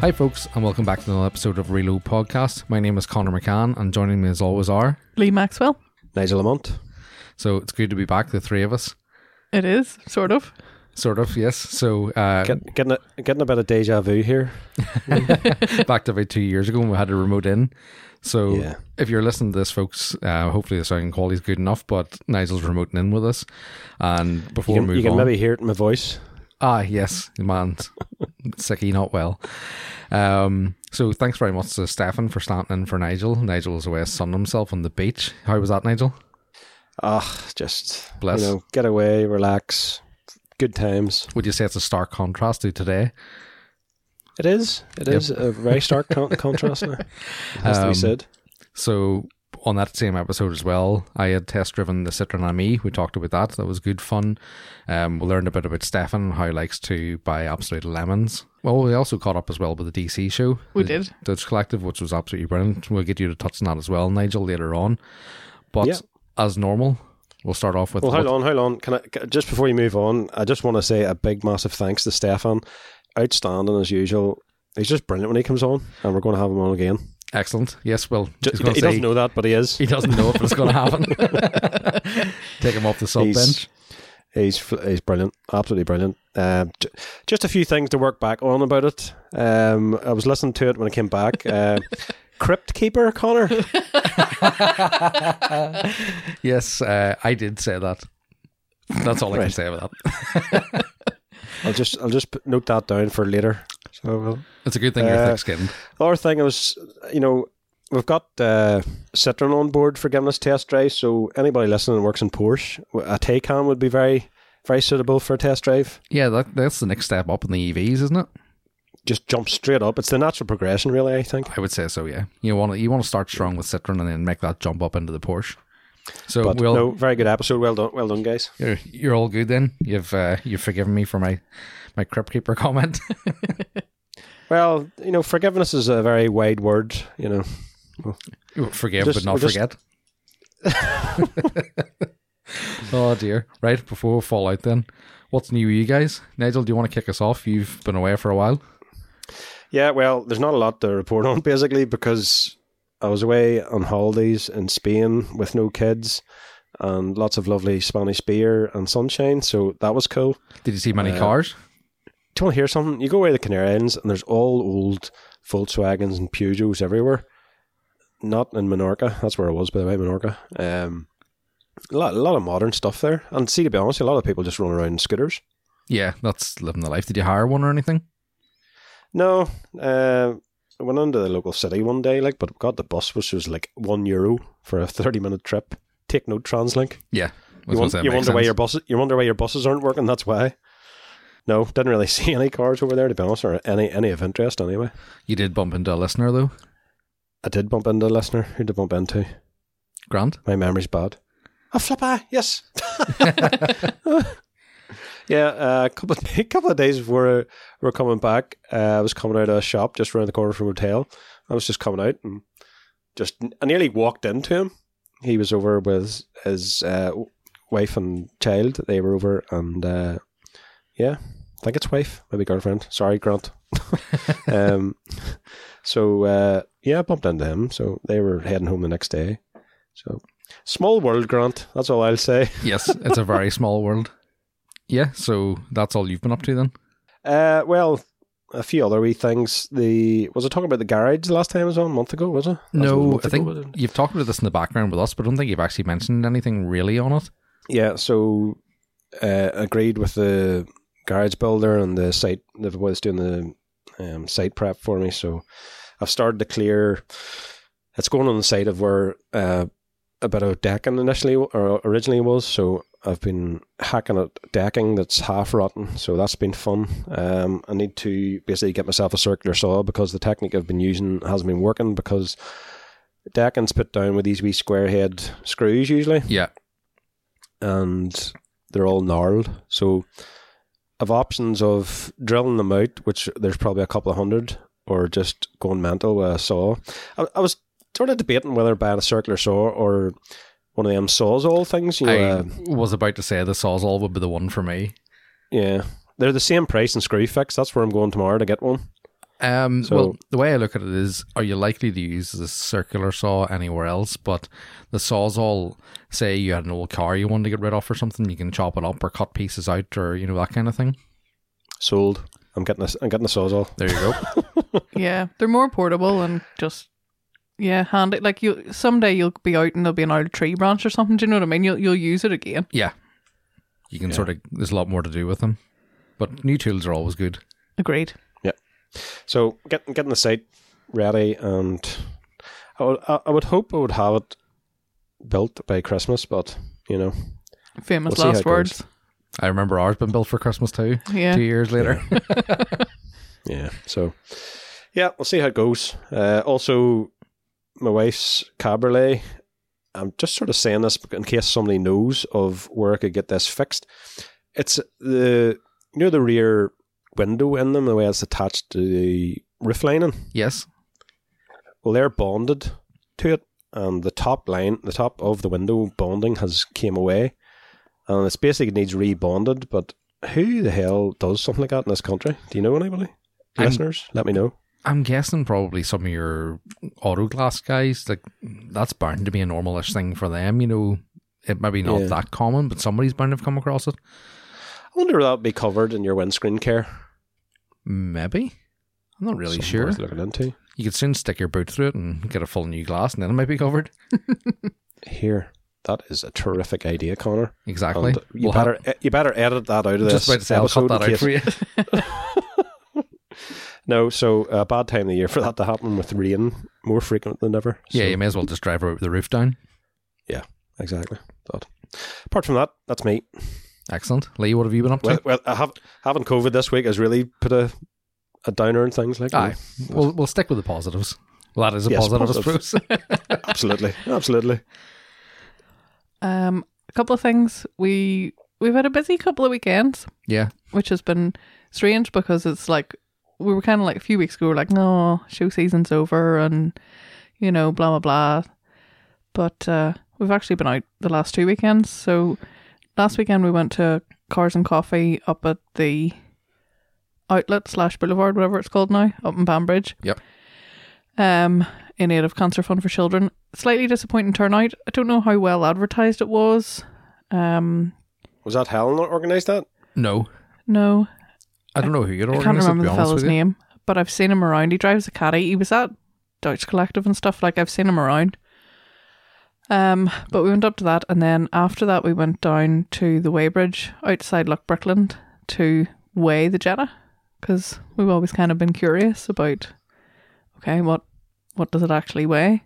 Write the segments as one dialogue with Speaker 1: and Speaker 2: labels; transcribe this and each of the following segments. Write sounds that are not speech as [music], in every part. Speaker 1: Hi, folks, and welcome back to another episode of Reload Podcast. My name is Connor McCann, and joining me as always are.
Speaker 2: Lee Maxwell.
Speaker 3: Nigel Lamont.
Speaker 1: So it's good to be back, the three of us.
Speaker 2: It is sort of.
Speaker 1: Sort of, yes. So uh,
Speaker 3: Get, getting a getting a bit of deja vu here.
Speaker 1: back to about two years ago when we had a remote in. So
Speaker 3: Yeah.
Speaker 1: if you're listening to this, folks, uh, hopefully the sound quality is good enough. But Nigel's remoting in with us, and
Speaker 3: You
Speaker 1: before
Speaker 3: can,
Speaker 1: we move
Speaker 3: you can
Speaker 1: on,
Speaker 3: maybe hear it in my voice.
Speaker 1: Ah, yes, man, [laughs] sicky, not well. Um, so thanks very much to Stefan for standing in for Nigel. Nigel was away sunning himself on the beach. How was that, Nigel?
Speaker 3: Ah, just
Speaker 1: Bless.
Speaker 3: you know, get away, relax, good times.
Speaker 1: Would you say it's a stark contrast to today?
Speaker 3: It is. It
Speaker 1: Yep.
Speaker 3: is a very
Speaker 1: [laughs]
Speaker 3: stark con- contrast. Now, has to
Speaker 1: Um,
Speaker 3: be said.
Speaker 1: So on that same episode as well, I had test driven the Citroen Ami. We talked about that. That was good fun. Um, we learned a bit about Stefan and how he likes to buy absolute lemons. Well, we also caught up as well with the DC show.
Speaker 2: We
Speaker 1: the
Speaker 2: did.
Speaker 1: Dutch Collective, which was absolutely brilliant. We'll get you to touch on that as well, Nigel, later on. But
Speaker 3: Yeah.
Speaker 1: as normal, we'll start off with.
Speaker 3: Well, hold
Speaker 1: what-
Speaker 3: on, hold on. Can I ca- just before you move on? I just want to say a big, massive thanks to Stefan. Outstanding as usual. He's just brilliant when he comes on, and we're going to have him on again.
Speaker 1: Excellent. Yes, well,
Speaker 3: Ju-
Speaker 1: he's
Speaker 3: he
Speaker 1: gonna
Speaker 3: he
Speaker 1: say-
Speaker 3: doesn't know that, but he is.
Speaker 1: He doesn't know if it's
Speaker 3: [laughs]
Speaker 1: going to happen. [laughs] Take him off the sub
Speaker 3: He's-
Speaker 1: bench.
Speaker 3: He's fl- he's brilliant, absolutely brilliant. Um, j- just a few things to work back on about it. Um, I was listening to it when I
Speaker 1: [laughs]
Speaker 3: came back. Uh, Crypt Keeper, Connor.
Speaker 1: Yes, uh, I did say that. That's all I can
Speaker 3: Right.
Speaker 1: say about that.
Speaker 3: I'll just I'll just p- note that down for later. So we'll-
Speaker 1: It's a good thing you're
Speaker 3: Uh,
Speaker 1: thick skinned.
Speaker 3: other thing I was, you know, we've got uh, Citroen on board for giving us test drives. So anybody listening that works in Porsche, a Taycan would be very very suitable for a test drive.
Speaker 1: Yeah, that, that's the next step up in the EVs, isn't it?
Speaker 3: Just jump straight up. It's the natural progression, really. I think.
Speaker 1: I would say so. Yeah, you want to you want to start strong with Citroen and then make that jump up into the Porsche. So
Speaker 3: But
Speaker 1: we'll,
Speaker 3: no, very good episode. Well done, well done, guys.
Speaker 1: you're, you're all good then. You've uh, you've forgiven me for my my crypt keeper [laughs] comment.
Speaker 3: Well, you know, forgiveness is a very wide word, you know.
Speaker 1: Forgive but
Speaker 3: Just-
Speaker 1: not
Speaker 3: we're just-
Speaker 1: forget. [laughs] oh dear! Right before we fall out, then what's new, with you guys? Nigel, do you want to kick us off? You've been away for a while.
Speaker 3: Yeah, well, there's not a lot to report on [laughs] basically because I was away on holidays in Spain with no kids and lots of lovely Spanish beer and sunshine, so that was cool.
Speaker 1: Did you see many
Speaker 3: Uh,
Speaker 1: cars?
Speaker 3: Do you want to hear something? You go away to the Canary Islands and there's all old Volkswagens and Peugeots everywhere. Not in Menorca. That's where I was, by the way, Menorca. Um, a, lot, a lot of modern stuff there. And see, to be honest, a lot of people just run around in scooters.
Speaker 1: Yeah, that's living the life. Did you hire one or anything?
Speaker 3: No, uh, I went into the local city one day, like, but got the bus, which was like one euro for a thirty-minute trip. Take note, TransLink.
Speaker 1: Yeah.
Speaker 3: You, won- you wonder why your buses, you wonder why your buses aren't working. That's why. No, didn't really [laughs] see any cars over there, to be honest, or any any of interest anyway.
Speaker 1: you did bump into a listener though,
Speaker 3: I did bump into a listener. Who did I bump into?
Speaker 1: Grant.
Speaker 3: My memory's bad. A flipper, yes. [laughs] yeah, uh, a couple of, [laughs] a couple of days before we were coming back, uh, I was coming out of a shop just around the corner from a hotel. I was just coming out and just I nearly walked into him. He was over with his uh, wife and child. They were over and uh, yeah, I think it's wife, maybe girlfriend. Sorry, Grant. [laughs] um, so uh, yeah, I bumped into him. So they were heading home the next day. So small world, Grant. That's all I'll say.
Speaker 1: Yes, it's a
Speaker 3: [laughs]
Speaker 1: very small world. Yeah, so that's all you've been up to then.
Speaker 3: Uh, well, a few other wee things. The was I talking about the garage the last time I was on a month ago? Was it? That was a
Speaker 1: No,
Speaker 3: month
Speaker 1: I
Speaker 3: ago,
Speaker 1: think
Speaker 3: wasn't it?
Speaker 1: you've talked about this in the background with us, but I don't think you've actually mentioned anything really on it.
Speaker 3: yeah. So uh, agreed with the garage builder and the site. The was doing the um, site prep for me, so I've started to clear. It's going on the site of where uh, a bit of decking initially or originally was. So I've been hacking at decking that's half rotten. So that's been fun. Um, I need to basically get myself a circular saw because the technique I've been using hasn't been working because decking's put down with these wee square head screws usually
Speaker 1: Yeah.
Speaker 3: and they're all gnarled. So I've options of drilling them out, which there's probably a couple of hundred, or just going mental with a saw. I, I was sort of debating whether buying a circular saw or one of them sawzall things. You know,
Speaker 1: I
Speaker 3: uh,
Speaker 1: was about to say the sawzall would be the one for me.
Speaker 3: yeah, they're the same price in Screwfix. That's where I'm going tomorrow to get one.
Speaker 1: Um,
Speaker 3: So-
Speaker 1: well, the way I look at it is, are you likely to use this circular saw anywhere else? But the sawzall, say you had an old car you wanted to get rid of or something, you can chop it up or cut pieces out or you know that kind of thing.
Speaker 3: Sold. I'm getting a, I'm getting a sawzall.
Speaker 1: There you go.
Speaker 2: Yeah, they're more portable and just yeah, handy. Like you, someday you'll be out and there'll be an old tree branch or something. Do you know what I mean? You'll you'll use it again.
Speaker 1: yeah, you can
Speaker 3: Yeah.
Speaker 1: sort of. There's a lot more to do with them, but new tools are always good.
Speaker 2: Agreed.
Speaker 3: So getting getting the site ready, and I would, I I would hope I would have it built by Christmas, but you know,
Speaker 2: Famous
Speaker 3: We'll see how it
Speaker 2: last
Speaker 3: goes.
Speaker 2: words.
Speaker 1: I remember ours been built for Christmas too. Two
Speaker 2: Yeah.
Speaker 1: years later,
Speaker 3: yeah. So yeah, we'll see how it goes. Uh, also, my wife's cabriolet. I'm just sort of saying this in case somebody knows of where I could get this fixed. It's the you know the rear window in them, the way it's attached to the roof lining.
Speaker 1: [laughs] yes,
Speaker 3: Well, they're bonded to it, and the top line, the top of the window bonding has came away, and it's basically needs rebonded. But who the hell does something like that in this country? Do you know anybody?
Speaker 1: I'm-
Speaker 3: Listeners, let me know.
Speaker 1: I'm guessing probably some of your auto glass guys, like that's bound to be a normalish thing for them, you know. It may be not
Speaker 3: Yeah.
Speaker 1: that common, but somebody's bound to have come across it.
Speaker 3: I wonder if that would be covered in your windscreen care.
Speaker 1: Maybe. I'm not really
Speaker 3: Something
Speaker 1: sure.
Speaker 3: worth looking into
Speaker 1: You could soon stick your boot through it and get a full new glass and then it might be covered.
Speaker 3: here. That is a terrific idea, Connor.
Speaker 1: Exactly.
Speaker 3: And you
Speaker 1: We'll have-
Speaker 3: better you better edit that out of this.
Speaker 1: just about to say, I'll cut
Speaker 3: episode
Speaker 1: that
Speaker 3: in
Speaker 1: out for
Speaker 3: case-
Speaker 1: you. [laughs]
Speaker 3: No, so a bad time of the year for that to happen with rain more frequent than ever.
Speaker 1: Yeah,
Speaker 3: So-
Speaker 1: you may as well just drive right the roof down.
Speaker 3: exactly. But apart from that, that's me.
Speaker 1: Excellent. Lee, what have you been up to?
Speaker 3: well, well I have, having COVID this week has really put a, a downer in things like
Speaker 1: Aye.
Speaker 3: that.
Speaker 1: We'll, we'll stick with the positives. Well, that is a
Speaker 3: Yes,
Speaker 1: positive, I
Speaker 3: positive.
Speaker 1: suppose. [laughs]
Speaker 3: Absolutely. Absolutely.
Speaker 2: Um, a couple of things. We we've had a busy couple of weekends.
Speaker 1: yeah.
Speaker 2: which has been strange because it's like we were kind of like a few weeks ago, we were like, no, show season's over and, you know, blah, blah, blah. But uh, we've actually been out the last two weekends. So last weekend we went to Cars and Coffee up at the outlet slash boulevard, whatever it's called now, up in Banbridge.
Speaker 1: Yep.
Speaker 2: Um, in aid of Cancer Fund for Children. Slightly disappointing turnout. I don't know how well advertised it was. Um,
Speaker 3: Was that Helen that organised that?
Speaker 1: No.
Speaker 2: no,
Speaker 1: I don't know who you'd
Speaker 2: I can't
Speaker 1: organise it, to
Speaker 2: remember
Speaker 1: be
Speaker 2: the
Speaker 1: honest with
Speaker 2: fellow's
Speaker 1: you.
Speaker 2: name, but I've seen him around. He drives a caddy. He was at Deutsch Collective and stuff. Like I've seen him around. Um, but we went up to that, and then after that, we went down to the Weybridge outside Loch Brickland to weigh the Jetta because we've always kind of been curious about okay, what what does it actually weigh?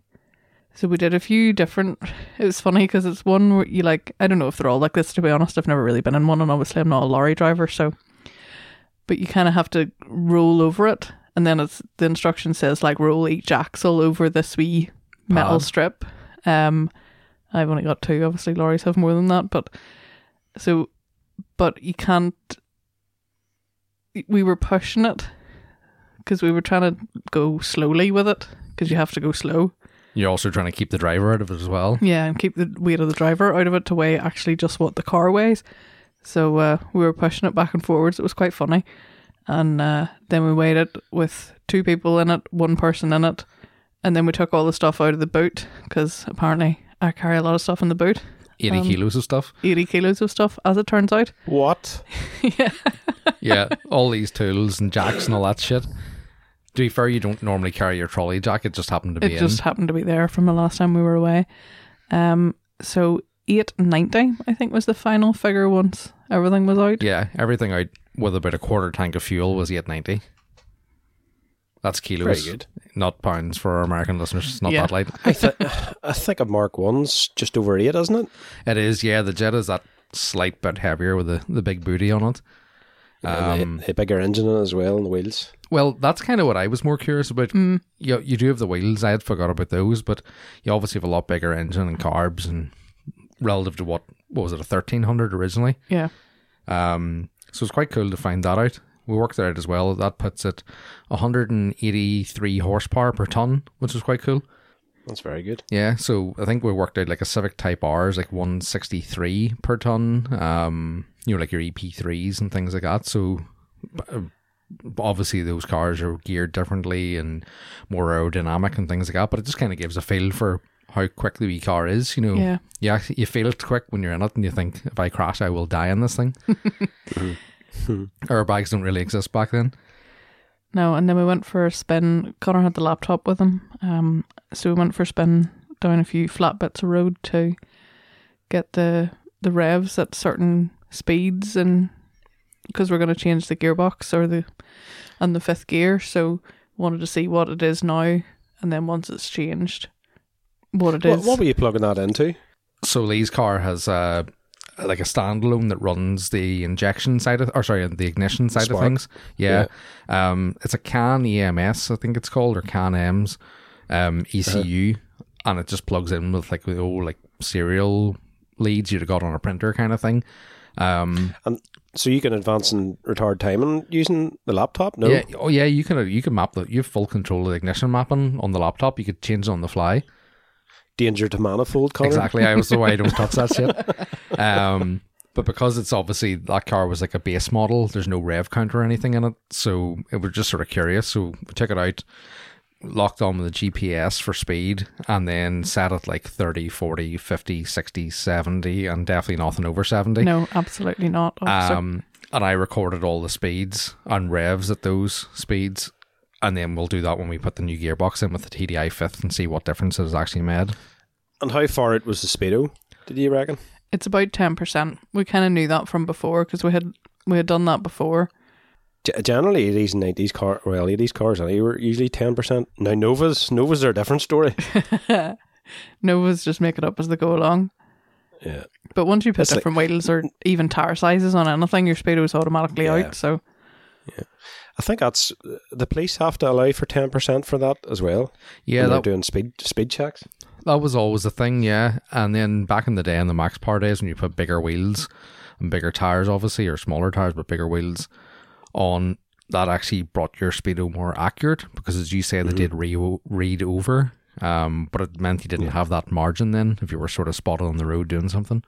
Speaker 2: So we did a few different. It was funny because it's one where you like I don't know if they're all like this. To be honest, I've never really been in one, and obviously I'm not a lorry driver, so. But you kind of have to roll over it, and then it's the instruction says like roll each axle over this wee metal
Speaker 1: Pad.
Speaker 2: strip. Um, I've only got two. Obviously, lorries have more than that, but so, but you can't. We were pushing it because we were trying to go slowly with it because you have to go slow.
Speaker 1: You're also trying to keep the driver out of it as well.
Speaker 2: Yeah, and keep the weight of the driver out of it to weigh actually just what the car weighs. So uh, we were pushing it back and forwards. It was quite funny. And uh, then we weighed it with two people in it, one person in it. And then we took all the stuff out of the boot because apparently I carry a lot of stuff in the boot
Speaker 1: 80
Speaker 2: Um,
Speaker 1: kilos of
Speaker 2: [laughs]
Speaker 1: stuff.
Speaker 2: 80 kilos of stuff, as it turns out. [laughs]
Speaker 3: What?
Speaker 2: yeah.
Speaker 1: yeah, all these tools and jacks and all that shit. To be fair, you don't normally carry your trolley jack. It just happened to be
Speaker 2: It
Speaker 1: in.
Speaker 2: just happened to be there from the last time we were away. Um, so 890, I think, was the final figure once everything was out.
Speaker 1: yeah, everything out with about a quarter tank of fuel was 890. That's kilos,
Speaker 3: Very good.
Speaker 1: not pounds for our American listeners. It's not
Speaker 2: Yeah.
Speaker 1: that light.
Speaker 3: I, th- I think a Mark 1's just over 8, isn't it?
Speaker 1: It is, yeah, the jet is that slight bit heavier with the, the big booty on it.
Speaker 3: Um,
Speaker 1: Um,
Speaker 3: a, bigger engine in it as well, and the wheels.
Speaker 1: Well, that's kind of what I was more curious about.
Speaker 2: Mm.
Speaker 1: You, you do have the wheels. I had forgot about those, but you obviously have a lot bigger engine and carbs and relative to what, what was it, a 1300 originally?
Speaker 2: Yeah.
Speaker 1: Um, so it's quite cool to find that out. We worked that out as well. That puts it 183 horsepower per ton, which is quite cool.
Speaker 3: That's very good.
Speaker 1: Yeah, so I think we worked out like a Civic Type R is like 163 E per ton. Um, you know, like your EP3s and things like that. So uh, obviously those cars are geared differently and more aerodynamic and things like that. But it just kind of gives a feel for how quick the wee car is. You know,
Speaker 2: Yeah.
Speaker 1: you actually, you feel it quick when you're in it, and you think if I crash, I will die in this thing. Airbags don't really exist back then.
Speaker 2: No, and then we went for a spin. Connor had the laptop with him, um, so we went for a spin down a few flat bits of road to get the the revs at certain speeds, and because we're going to change the gearbox or the and the fifth gear, so wanted to see what it is now, and then once it's changed, what it is.
Speaker 3: What, what were you plugging that into?
Speaker 1: So Lee's car has a like a standalone that runs the injection side of, or sorry, the ignition side
Speaker 3: Spark.
Speaker 1: of things. Yeah. Um, it's a CAN EMS, I think it's called, or CAN EMS um, ECU,
Speaker 3: Uh-huh.
Speaker 1: and it just plugs in with like the old like serial leads you'd have got on a printer kind of thing. Um,
Speaker 3: So you can advance and retard timing using the laptop? No.
Speaker 1: yeah, oh yeah, you can you can map the you have full control of the ignition mapping on the laptop. You could change it on the fly.
Speaker 3: Danger to manifold, Connor.
Speaker 1: Exactly. I was the way I don't touch that shit. Um, but because it's obviously that car was like a base model, there's no rev counter or anything in it. So it was just sort of curious. So we took it out, locked on with the GPS for speed, and then set it like 30, 40, 50, 60, 70, and definitely nothing over 70.
Speaker 2: no, absolutely not. officer.
Speaker 1: Um, and I recorded all the speeds and revs at those speeds. And then we'll do that when we put the new gearbox in with the TDI fifth and see what difference it has actually made.
Speaker 3: And how far it was the speedo? Did you reckon?
Speaker 2: it's about ten percent. We kind of knew that from before because we had we had done that before.
Speaker 3: G- generally, these and nineties car, well, eighties cars, they were usually ten percent. Now Novas, Novas are a different story.
Speaker 2: Novas just make it up as they go along.
Speaker 3: yeah.
Speaker 2: But once you put
Speaker 3: It's like-
Speaker 2: different wheels or even tire sizes on anything, your speedo is automatically
Speaker 3: Yeah.
Speaker 2: out. So
Speaker 3: I think that's the police have to allow for ten percent for that as well.
Speaker 1: Yeah,
Speaker 3: when
Speaker 1: that
Speaker 3: they're doing speed speed checks.
Speaker 1: That was always a thing, yeah. And then back in the day, in the Max Power days, when you put bigger wheels and bigger tires, obviously, or smaller tires but bigger wheels on, that actually brought your speedo more accurate because, as you say, they did re- read over. Um, but it meant you didn't have that margin then if you were sort of spotted on the road doing something.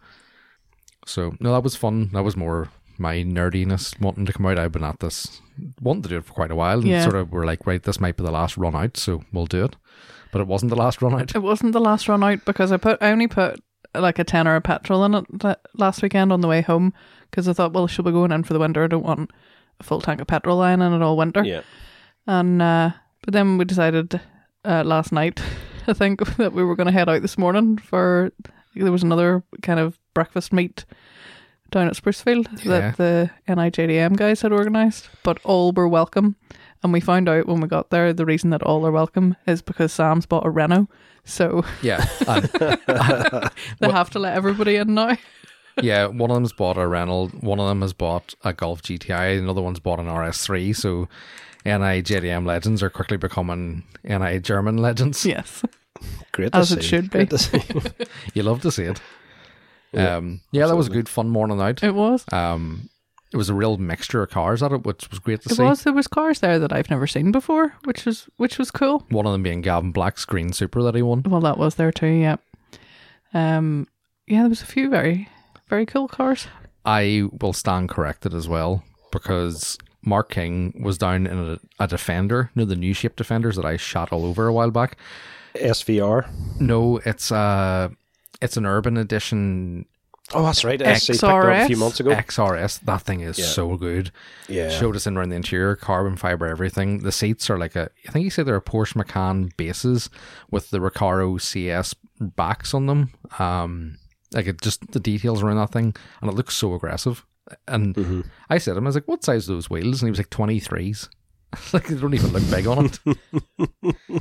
Speaker 1: So no, that was fun. That was more my nerdiness wanting to come out. I've been at this, wanting to do it for quite a while, and
Speaker 2: Yeah.
Speaker 1: sort of were like, right, this might be the last run out, so we'll do it. But it wasn't the last run out.
Speaker 2: it wasn't the last run out because I put I only put like a tenner of petrol in it that last weekend on the way home because I thought, well, she'll be going in for the winter. I don't want a full tank of petrol lying in it all winter.
Speaker 3: Yeah.
Speaker 2: And uh, but then we decided uh, last night, [laughs] I think, that we were going to head out this morning for there was another kind of breakfast meet down at Sprucefield
Speaker 1: Yeah.
Speaker 2: that the NIJDM guys had organised, but all were welcome. And we found out when we got there the reason that all are welcome is because Sam's bought a Renault, so [laughs]
Speaker 1: Yeah. um, And
Speaker 2: they have to let everybody in now.
Speaker 1: yeah, one of them's bought a Renault, one of them has bought a Golf GTI, another one's bought an RS3. So NI JDM legends are quickly becoming NI German legends.
Speaker 2: yes,
Speaker 3: Great to
Speaker 2: As
Speaker 3: see.
Speaker 2: it should be.
Speaker 3: Great to see. [laughs]
Speaker 1: You love to see it. Um, yeah, that was a good fun morning out.
Speaker 2: [laughs] it was.
Speaker 1: Um, it was a real mixture of cars at it, which was great to
Speaker 2: It
Speaker 1: see.
Speaker 2: was. There was cars there that I've never seen before, which was which was cool.
Speaker 1: One of them being Gavin Black's green Super that he won.
Speaker 2: Well, that was there too. Yeah. Um. Yeah, there was a few very, very cool cars.
Speaker 1: I will stand corrected as well because Mark King was down in a, a Defender, you know, the new shape Defenders that I shot all over a while back.
Speaker 3: SVR.
Speaker 1: No, it's a it's an urban edition
Speaker 3: Oh, that's right. SC picked up a few
Speaker 2: XRS.
Speaker 3: months ago.
Speaker 1: XRS. That thing is
Speaker 3: Yeah.
Speaker 1: so good.
Speaker 3: yeah.
Speaker 1: Showed us in around the interior, carbon fiber, everything. The seats are like a I think he said they're a Porsche Macan bases with the Recaro CS backs on them. Um, like it just the details around that thing, and it looks so aggressive. And
Speaker 3: Mm-hmm.
Speaker 1: I said to him, I was like, "What size are those wheels?" And he was like, "23s." [laughs] like they don't even look big on
Speaker 3: [laughs]
Speaker 1: it. I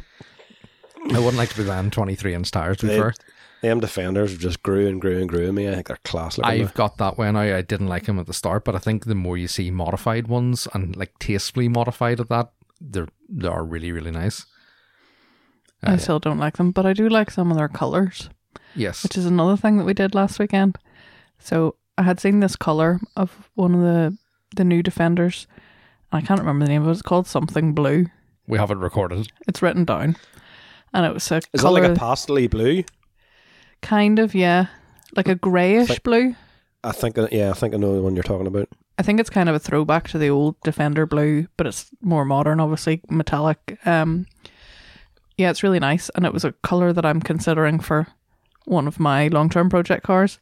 Speaker 1: wouldn't like to be buying 23 inch tires, to be
Speaker 3: They-
Speaker 1: fair.
Speaker 3: Them defenders just grew and grew and grew in me. I think they're class looking.
Speaker 1: I've got that way now. I didn't like him at the start, but I think the more you see modified ones and like tastefully modified at that, they're they are really really nice.
Speaker 3: Oh,
Speaker 2: I still don't like them, but I do like some of their colors,
Speaker 1: Yes,
Speaker 2: which is another thing that we did last weekend. So I had seen this color of one of the the new defenders. I can't remember the name of it. It's called something blue.
Speaker 1: we have it recorded.
Speaker 2: It's written down, and it was a
Speaker 3: Is that
Speaker 2: color
Speaker 3: like a pastely blue?
Speaker 2: kind of yeah, like a grayish blue.
Speaker 3: I think I- yeah, I think I know the one you're talking about.
Speaker 2: I think it's kind of a throwback to the old Defender Blue, but it's more modern, obviously metallic. Um, yeah, it's really nice, and it was a color that I'm considering for one of my long-term project cars.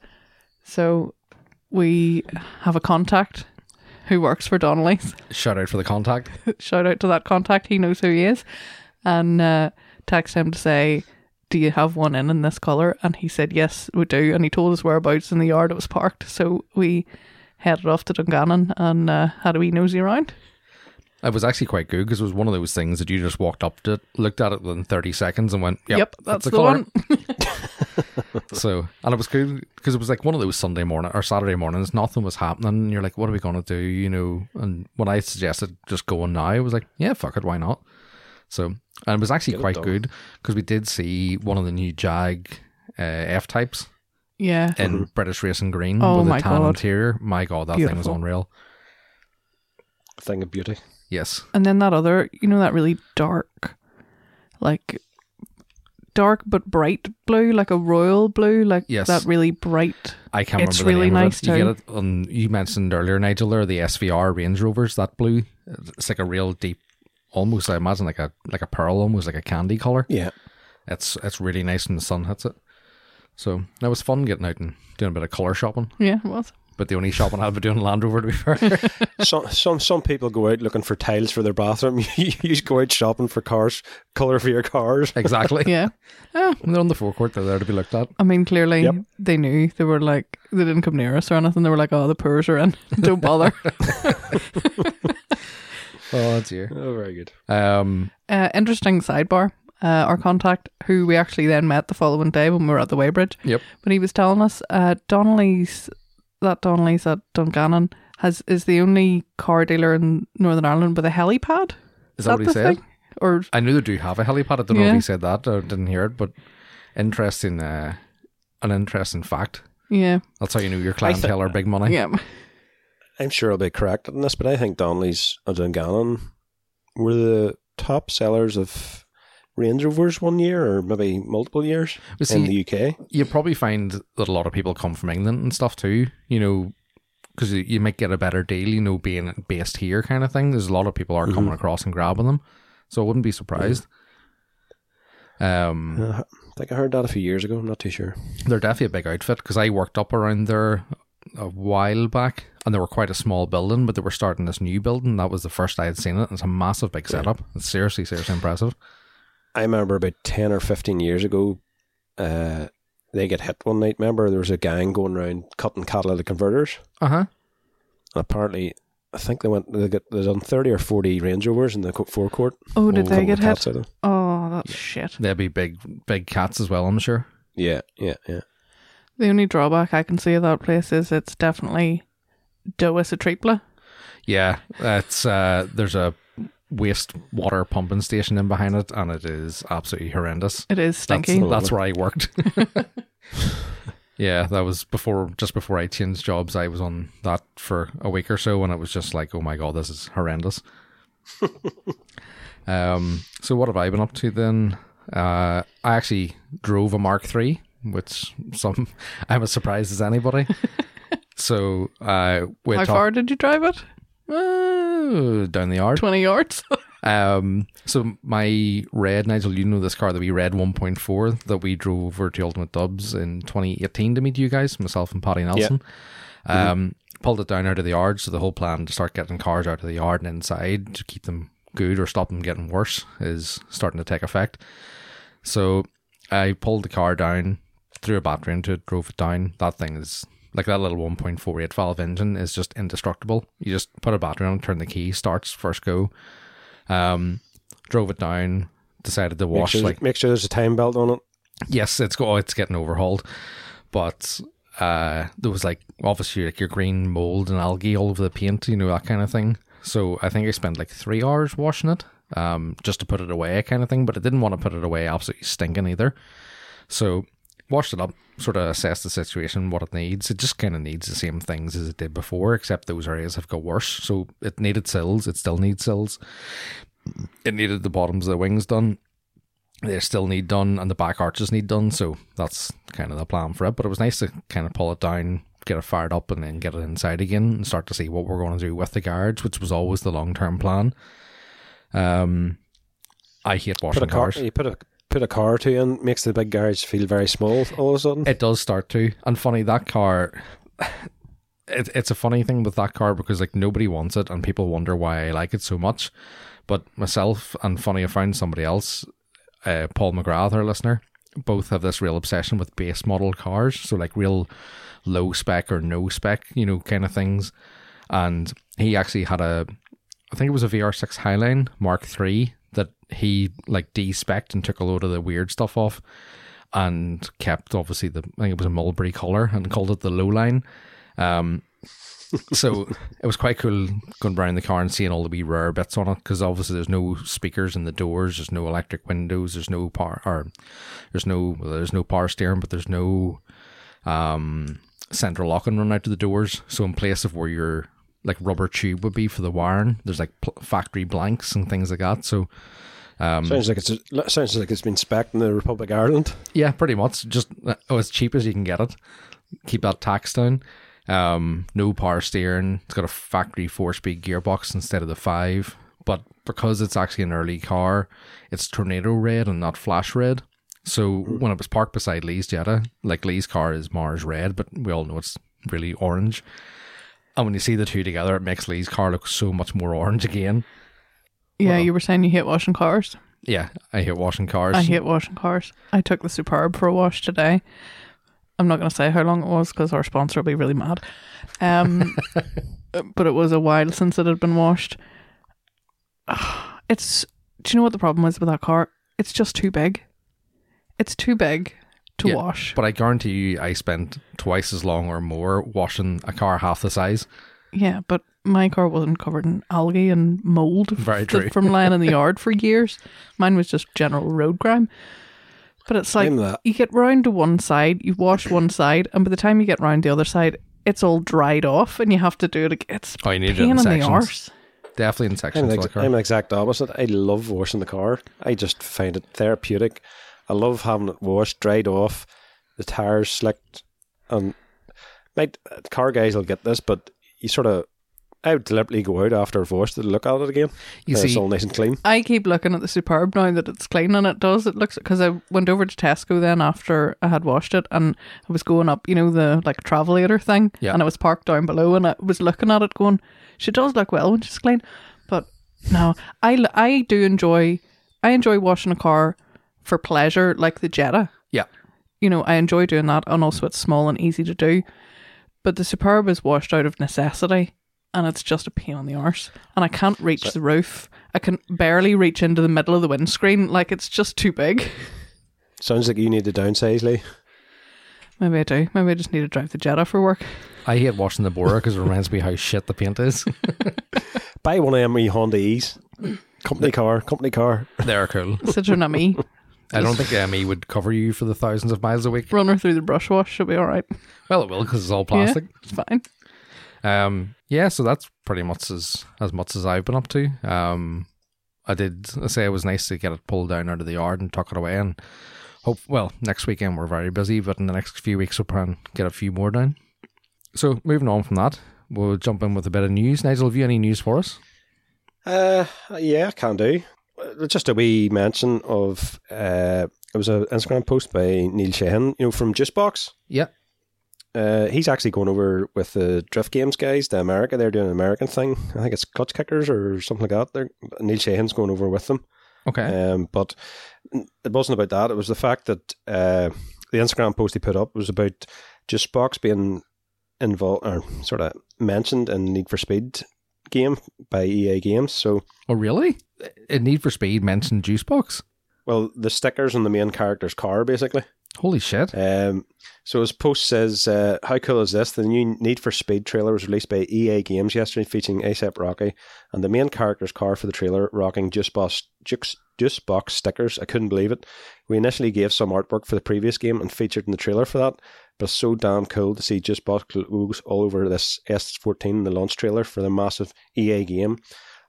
Speaker 2: So we have a contact who works for Donnelly's.
Speaker 1: Shout out for the contact.
Speaker 2: Shout out to that contact; he knows who he is, and uh, text him to say. Do you have one in in this color? And he said yes, we do. And he told us whereabouts in the yard it was parked. So we headed off to Dungannon and uh, had a wee nosy around.
Speaker 1: It was actually quite good because it was one of those things that you just walked up to, it, looked at it within 30 seconds, and went, Yep,
Speaker 2: that's,
Speaker 1: a
Speaker 2: the
Speaker 1: colour."
Speaker 2: one. [laughs]
Speaker 1: So, and it was good because it was like one of those Sunday morning or Saturday mornings, nothing was happening. And you're like, what are we going to do? You know, and when I suggested just going now, I was like, yeah, fuck it, why not? So, and it was actually
Speaker 3: Get it
Speaker 1: quite
Speaker 3: done.
Speaker 1: good because we did see one of the new Jag uh, F types
Speaker 2: Yeah.
Speaker 1: in
Speaker 3: Mm-hmm.
Speaker 1: British Racing Green
Speaker 2: Oh
Speaker 1: with
Speaker 2: my
Speaker 1: a tan
Speaker 2: God.
Speaker 1: interior. My God, that thing was
Speaker 2: Beautiful.
Speaker 1: unreal.
Speaker 3: Thing of beauty.
Speaker 1: Yes.
Speaker 2: And then that other, you know, that really dark, like dark but bright blue, like a royal blue, like
Speaker 1: Yes.
Speaker 2: that really bright.
Speaker 1: I can't
Speaker 2: It's
Speaker 1: remember the
Speaker 2: really
Speaker 1: name
Speaker 2: nice
Speaker 1: of it. You
Speaker 2: too.
Speaker 1: get it on. You mentioned earlier, Nigel, there the SVR Range Rovers. That blue, it's like a real deep, almost I imagine like a like a pearl, almost like a candy color.
Speaker 3: Yeah.
Speaker 1: It's it's really nice when the sun hits it. So that was fun getting out and doing a bit of color shopping.
Speaker 2: Yeah, it was.
Speaker 1: But the only shopping I've been doing in Land Rover to be fair.
Speaker 2: [laughs]
Speaker 3: some some some people go out looking for tiles for their bathroom. [laughs] you just go out shopping for cars, color for your cars.
Speaker 1: exactly.
Speaker 2: Yeah.
Speaker 1: They're on the forecourt. They're there to be looked at.
Speaker 2: I mean, clearly
Speaker 3: Yep.
Speaker 2: they knew. They were like, they didn't come near us or anything. They were like, oh, the poors are in. [laughs] Don't bother.
Speaker 1: [laughs]
Speaker 2: [laughs]
Speaker 1: Oh dear.
Speaker 3: Oh, very good.
Speaker 1: Um.
Speaker 2: uh, interesting sidebar. Uh, our contact, who we actually then met the following day when we were at the Weybridge,
Speaker 1: Yep.
Speaker 2: But he was telling us uh, Donnelly's that Donnelly's at Dungannon has is the only car dealer in Northern Ireland with a helipad.
Speaker 1: Is that what he
Speaker 2: the
Speaker 1: said?
Speaker 2: thing? Or
Speaker 1: I knew they do have a helipad. I don't know if
Speaker 2: Yeah.
Speaker 1: he said that. I didn't hear it, but interesting. Uh, an interesting fact.
Speaker 2: yeah,
Speaker 1: That's how you know your clientele are big money.
Speaker 2: yeah,
Speaker 3: I'm sure I'll be correct on this, but I think Donnelly's and Dungannon were the top sellers of Range Rovers one year, or maybe multiple years
Speaker 1: But
Speaker 3: in
Speaker 1: see,
Speaker 3: the UK.
Speaker 1: you probably find that a lot of people come from England and stuff too. You know, because you, you might get a better deal. You know, being based here, kind of thing. There's a lot of people are coming across and grabbing them, so I wouldn't be surprised. Um,
Speaker 3: Uh, I think I heard that a few years ago. I'm not too sure.
Speaker 1: they're definitely a big outfit because I worked up around there a while back, and they were quite a small building, but they were starting this new building. That was the first I had seen it. It's a massive big setup. It's seriously, seriously impressive.
Speaker 3: I remember about 10 or 15 years ago, uh, they get hit one night. Remember, there was a gang going around cutting catalytic converters.
Speaker 1: Uh huh.
Speaker 3: And apparently, I think they went, they got, they done 30 or 40 Range Rovers in the co- forecourt.
Speaker 2: Oh, did
Speaker 1: Oh,
Speaker 2: they
Speaker 3: cutting
Speaker 2: get
Speaker 3: the
Speaker 2: hit?
Speaker 3: caps out of them.
Speaker 2: Oh, that's shit.
Speaker 1: They'd be big, big cats as well. I'm sure.
Speaker 3: Yeah, yeah, yeah.
Speaker 2: The only drawback I can see of that place is it's definitely do us a tripla.
Speaker 1: Yeah, that's uh, there's a waste water pumping station in behind it, and it is absolutely horrendous.
Speaker 2: It is
Speaker 1: That's,
Speaker 2: stinky.
Speaker 1: that's where I worked. [laughs] yeah, that was before, just before I changed jobs. I was on that for a week or so, and it was just like, oh my god, this is
Speaker 2: [laughs]
Speaker 1: horrendous. um, so what have I been up to then? Uh, I actually drove a Mark III, which some [laughs] I'm as surprised as
Speaker 2: [laughs]
Speaker 1: anybody. so uh, we
Speaker 2: How
Speaker 1: talked
Speaker 2: far did you drive it?
Speaker 1: uh, down the yard.
Speaker 2: Twenty yards. [laughs]
Speaker 1: Um, so my red Nigel, you know this car that we red 1.4 that we drove over to Ultimate Dubs in 2018 to meet you guys, myself and Paddy Nelson. Um, pulled it down out of the yard. So the whole plan to start getting cars out of the yard and inside to keep them good or stop them getting worse is starting to take effect. So I pulled the car down, threw a battery into it, drove it down. That thing is like that little 1.48 valve engine is just indestructible. You just put a battery on, turn the key, starts first go. Um, drove it down, decided to
Speaker 3: Make
Speaker 1: wash
Speaker 3: sure,
Speaker 1: like
Speaker 3: make sure there's a time belt on it.
Speaker 1: yes, it's go, oh, it's getting overhauled, but uh, there was like obviously like your green mold and algae all over the paint, you know that kind of thing. So I think I spent like three hours washing it, um, just to put it away, kind of thing. But I didn't want to put it away absolutely stinking either. So washed it up, sort of assessed the situation, what it needs. It just kind of needs the same things as it did before, except those areas have got worse. So it needed sills, it still needs sills. It needed the bottoms of the wings done they still need done and the back arches need done so that's kind of the plan for it but it was nice to kind of pull it down get it fired up and then get it inside again and start to see what we're going to do with the garage, which was always the long term plan. Um, I hate
Speaker 3: Put
Speaker 1: washing
Speaker 3: a car,
Speaker 1: cars.
Speaker 3: you put a put a car or two in, makes the big garage feel very small all of a sudden.
Speaker 1: [laughs] It does start to. And funny, that car. [sighs] It, it's a funny thing with that car because like nobody wants it and people wonder why I like it so much. But myself and funny, I found somebody else, uh, Paul McGrath, our listener, both have this real obsession with base model cars. So like real low spec or no spec, you know, kind of things. And he actually had a, I think it was a VR6 Highline Mark III that he like de-specced and took a load of the weird stuff off and kept obviously the I think it was a mulberry collar and called it the low line. Um, so it was quite cool going around the car and seeing all the wee rare bits on it because obviously there's no speakers in the doors, there's no electric windows, there's no power, or there's no well, there's no power steering, but there's no um, central lock and run out to the doors. So in place of where your like rubber tube would be for the wiring, there's like pl- factory blanks and things like that. So
Speaker 2: Um,
Speaker 3: sounds like it's sounds like it's been specced in the Republic of Ireland.
Speaker 1: Yeah, pretty much. Just uh, oh, as cheap as you can get it. Keep that tax down. Um, no power steering. It's got a factory four-speed gearbox instead of the five. But because it's actually an early car, it's tornado red and not flash red. So when it was parked beside Lee's Jetta, like Lee's car is Mars red, but we all know it's really orange. And when you see the two together, it makes Lee's car look so much more orange again.
Speaker 2: Yeah, you were saying you hate washing cars.
Speaker 1: Yeah, I hate washing cars.
Speaker 2: I hate washing cars. I took the Superb for a wash today. I'm not going to say how long it was because our sponsor will be really mad. Um, but it was a while since it had been washed. [sighs] It's. Do you know what the problem is with that car? It's just too big. It's too big to
Speaker 1: Yeah,
Speaker 2: wash.
Speaker 1: But I guarantee you, I spent twice as long or more washing a car half the size.
Speaker 2: Yeah, but my car wasn't covered in algae and mold
Speaker 1: [laughs] Very
Speaker 2: f-
Speaker 1: true.
Speaker 2: from lying in the
Speaker 1: [laughs]
Speaker 2: yard for years. Mine was just general road grime. But it's like
Speaker 3: I'm that.
Speaker 2: you get round to one side, you wash one side, and by the time you get round the other side, it's all dried off, and you have to do it again. It's
Speaker 1: Oh, you need it
Speaker 2: pain
Speaker 1: in
Speaker 2: in the
Speaker 1: sections.
Speaker 2: arse.
Speaker 1: Definitely in
Speaker 3: I'm
Speaker 1: sections.
Speaker 3: the,
Speaker 1: for the
Speaker 3: ex-
Speaker 1: car.
Speaker 3: I'm the exact opposite. I love washing the car. I just find it therapeutic. I love having it washed, dried off, the tires slicked. And might car guys will get this, but you sort of, I would deliberately go out after I've washed it to look at it again.
Speaker 1: You
Speaker 3: Uh,
Speaker 1: see-
Speaker 3: it's all nice and clean.
Speaker 2: I keep looking at the Superb now that it's clean, and it does. It looks because I went over to Tesco then after I had washed it, and I was going up, you know, the like travelator thing,
Speaker 1: Yeah.
Speaker 2: and I was parked down below, and I was looking at it, going, "She does look well when she's clean," but no, I l- I do enjoy, I enjoy washing a car for pleasure, like the Jetta.
Speaker 1: Yeah.
Speaker 2: you know, I enjoy doing that, and also it's small and easy to do. But the Superb is washed out of necessity, and it's just a pain on the arse. And I can't reach the roof. I can barely reach into the middle of the windscreen. Like it's just too big. [laughs]
Speaker 3: Sounds like you need to downsize, Lee.
Speaker 2: Maybe I do. Maybe I just need to drive the Jetta for work.
Speaker 1: I hate washing the Bora because it reminds me how shit the paint is.
Speaker 3: Buy one of them wee Honda [clears throat] E's. Company car, company car.
Speaker 1: [laughs] They're cool.
Speaker 2: Citroen at me.
Speaker 1: I don't think ME would cover you for the thousands of miles a week.
Speaker 2: Run her through the brush wash. She'll be all right.
Speaker 1: Well, it will because it's all plastic.
Speaker 2: Yeah, it's fine.
Speaker 1: Um, yeah, so that's pretty much as as much as I've been up to. Um, I did I say it was nice to get it pulled down out of the yard and tuck it away, and hope. Well, next weekend we're very busy, but in the next few weeks we'll try and get a few more down. So moving on from that, we'll jump in with a bit of news. Nigel, have you any news for us?
Speaker 3: Uh, yeah, can do. Uh, Just a wee mention of uh, it was an Instagram post by Neil Sheehan, you know, from Juicebox.
Speaker 1: Yeah,
Speaker 3: Uh, he's actually going over with the Drift Games guys to America. They're doing an American thing. I think it's Clutch Kickers or something like that. They're, Neil Sheehan's going over with them.
Speaker 1: okay,
Speaker 3: Um, but it wasn't about that. It was the fact that uh, the Instagram post he put up was about just Box being involved or sort of mentioned in Need for Speed game by EA Games. So,
Speaker 1: Oh, really? A Need for Speed mentioned Juicebox.
Speaker 3: well, the stickers on the main character's car, basically.
Speaker 1: Holy shit!
Speaker 3: Um, so his post says, uh, "How cool is this? The new Need for Speed trailer was released by EA Games yesterday, featuring ASAP Rocky and the main character's car for the trailer, rocking Juice Box, Juice, Juice Box stickers. I couldn't believe it. We initially gave some artwork for the previous game and featured in the trailer for that, but it's so damn cool to see Juice Box logos all over this S14 in the launch trailer for the massive EA E game."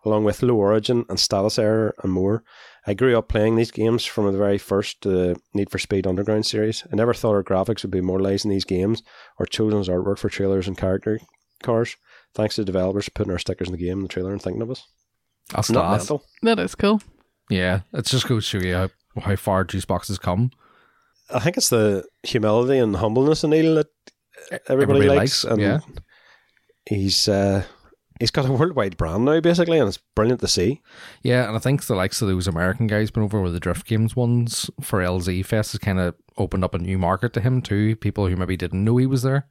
Speaker 3: along with Low Origin and Status Error and more. I grew up playing these games from the very first uh, Need for Speed Underground series. I never thought our graphics would be immortalised in these games or chosen as artwork for trailers and character cars. Thanks to the developers for putting our stickers in the game and the trailer and thinking of us.
Speaker 1: That's
Speaker 3: Not
Speaker 1: class.
Speaker 3: mental.
Speaker 2: That is cool.
Speaker 1: Yeah, it just goes to show you how, how far juice boxes come.
Speaker 3: I think it's the humility and humbleness in Neil that
Speaker 1: Everybody
Speaker 3: everybody,
Speaker 1: likes,
Speaker 3: likes, and
Speaker 1: yeah.
Speaker 3: he's uh, he's got a worldwide brand now, basically, and it's brilliant to see.
Speaker 1: Yeah, and I think the likes of those American guys been over with the Drift Games ones for LZ Fest has kind of opened up a new market to him too. People who maybe didn't know he was there.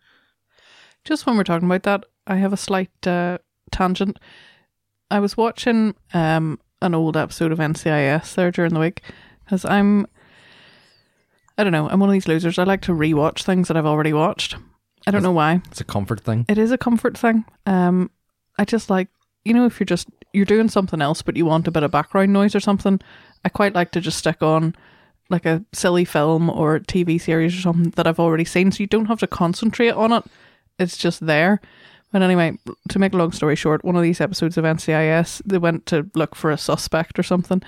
Speaker 2: Just when we're talking about that, I have a slight uh, tangent. I was watching um, an old episode of NCIS there during the week because I'm, I don't know, I'm one of these losers. I like to rewatch things that I've already watched. I don't know why.
Speaker 1: It's a comfort thing.
Speaker 2: It is a comfort thing. Um, I just like, you know, if you're just you're doing something else but you want a bit of background noise or something, I quite like to just stick on like a silly film or TV series or something that I've already seen, so you don't have to concentrate on it. It's just there. But anyway, to make a long story short, one of these episodes of NCIS, they went to look for a suspect or something,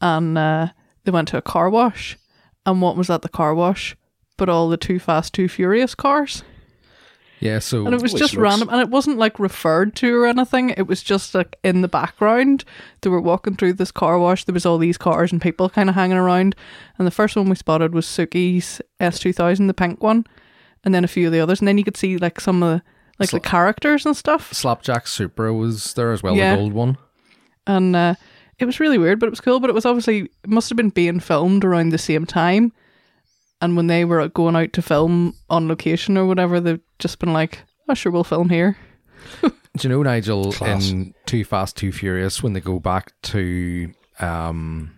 Speaker 2: and uh, they went to a car wash. And what was at the car wash? But all the Too Fast, Too Furious cars.
Speaker 1: Yeah, so
Speaker 2: And it was
Speaker 3: Which
Speaker 2: just
Speaker 3: looks-
Speaker 2: random, and it wasn't like referred to or anything. It was just like in the background. They were walking through this car wash. There was all these cars and people kind of hanging around. And the first one we spotted was Suki's S two thousand, the pink one, and then a few of the others. And then you could see like some of the, like the characters and stuff.
Speaker 1: Slapjack Supra was there as well,
Speaker 2: Yeah.
Speaker 1: the gold one.
Speaker 2: And uh, it was really weird, but it was cool. But it was obviously it must have been being filmed around the same time. And when they were uh, going out to film on location or whatever, they've just been like, "Oh, sure, we'll film here."
Speaker 1: Do you know Nigel
Speaker 3: Class.
Speaker 1: in Too Fast, Too Furious when they go back to um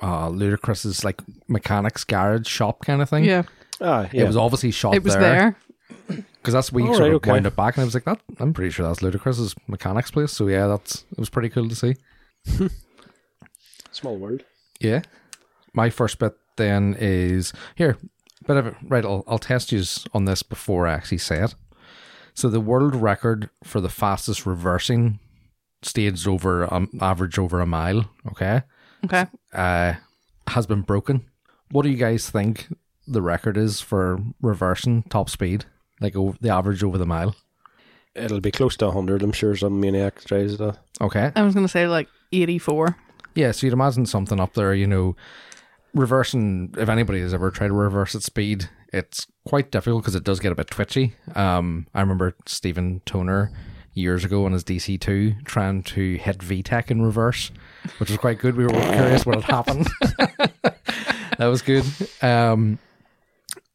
Speaker 1: uh Ludacris's like mechanics garage shop kind of thing?
Speaker 2: Yeah,
Speaker 3: Ah,
Speaker 1: It
Speaker 3: yeah,
Speaker 1: was obviously shot
Speaker 2: it was
Speaker 1: there.
Speaker 2: there.
Speaker 1: because that's we
Speaker 3: All
Speaker 1: sort
Speaker 3: right,
Speaker 1: of
Speaker 3: okay.
Speaker 1: wound it back, and I was like, "That I'm pretty sure that's Ludacris's mechanics place." So yeah, that's it was pretty cool to see.
Speaker 3: small world.
Speaker 1: Yeah, my first bit then is here, bit of right. I'll, I'll test you on this before I actually say it. So the world record for the fastest reversing staged over um, average over a mile. Okay,
Speaker 2: Okay.
Speaker 1: uh, has been broken. What do you guys think the record is for reversing top speed, like over the average over the mile?
Speaker 3: It'll be close to hundred, I'm sure. Some maniac tries to.
Speaker 1: Okay,
Speaker 2: I was going to say like 84.
Speaker 1: Yeah, so you'd imagine something up there, you know, reversing. If anybody has ever tried to reverse at speed, it's quite difficult because it does get a bit twitchy. Um, I remember Stephen Toner years ago on his DC2 trying to hit VTEC in reverse, which was quite good. We were curious what had happened. [laughs] that was good. Um,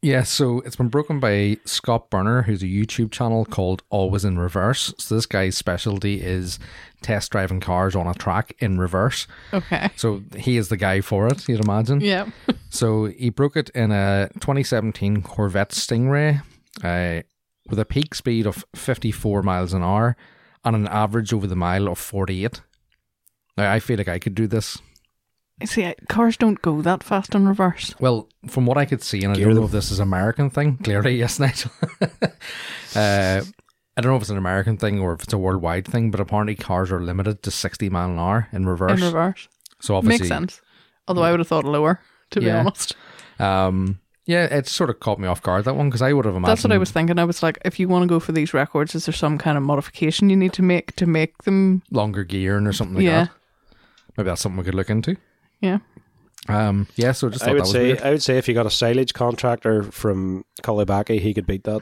Speaker 1: yeah, so it's been broken by Scott Burner, who's a YouTube channel called Always in Reverse. So this guy's specialty is test driving cars on a track in reverse.
Speaker 2: Okay.
Speaker 1: So he is the guy for it, you'd imagine.
Speaker 2: Yeah.
Speaker 1: So he broke it in a 2017 Corvette Stingray uh, with a peak speed of 54 miles an hour and an average over the mile of 48. Now, I feel like I could do this.
Speaker 2: See, I- cars don't go that fast in reverse.
Speaker 1: Well, from what I could see, and I
Speaker 3: Gear
Speaker 1: don't know
Speaker 3: them.
Speaker 1: if this is American thing, [laughs] clearly, yes, Nigel. uh, I don't know if it's an American thing or if it's a worldwide thing, but apparently cars are limited to 60 mile an hour in reverse.
Speaker 2: In reverse.
Speaker 1: so obviously,
Speaker 2: Makes sense. Although I would have thought lower, to
Speaker 1: Yeah.
Speaker 2: be honest.
Speaker 1: Um, yeah, it sort of caught me off guard that one because I would have imagined.
Speaker 2: That's what I was thinking. I was like, if you want to go for these records, is there some kind of modification you need to make to make them?
Speaker 1: Longer gearing or something like
Speaker 2: Yeah.
Speaker 1: that. Maybe that's something we could look into.
Speaker 2: Yeah.
Speaker 1: Um, yeah, so I just thought that
Speaker 3: I would
Speaker 1: was
Speaker 3: say, uh,
Speaker 1: weird.
Speaker 3: I would say, if you got a silage contractor from Kalibaki, he could beat that.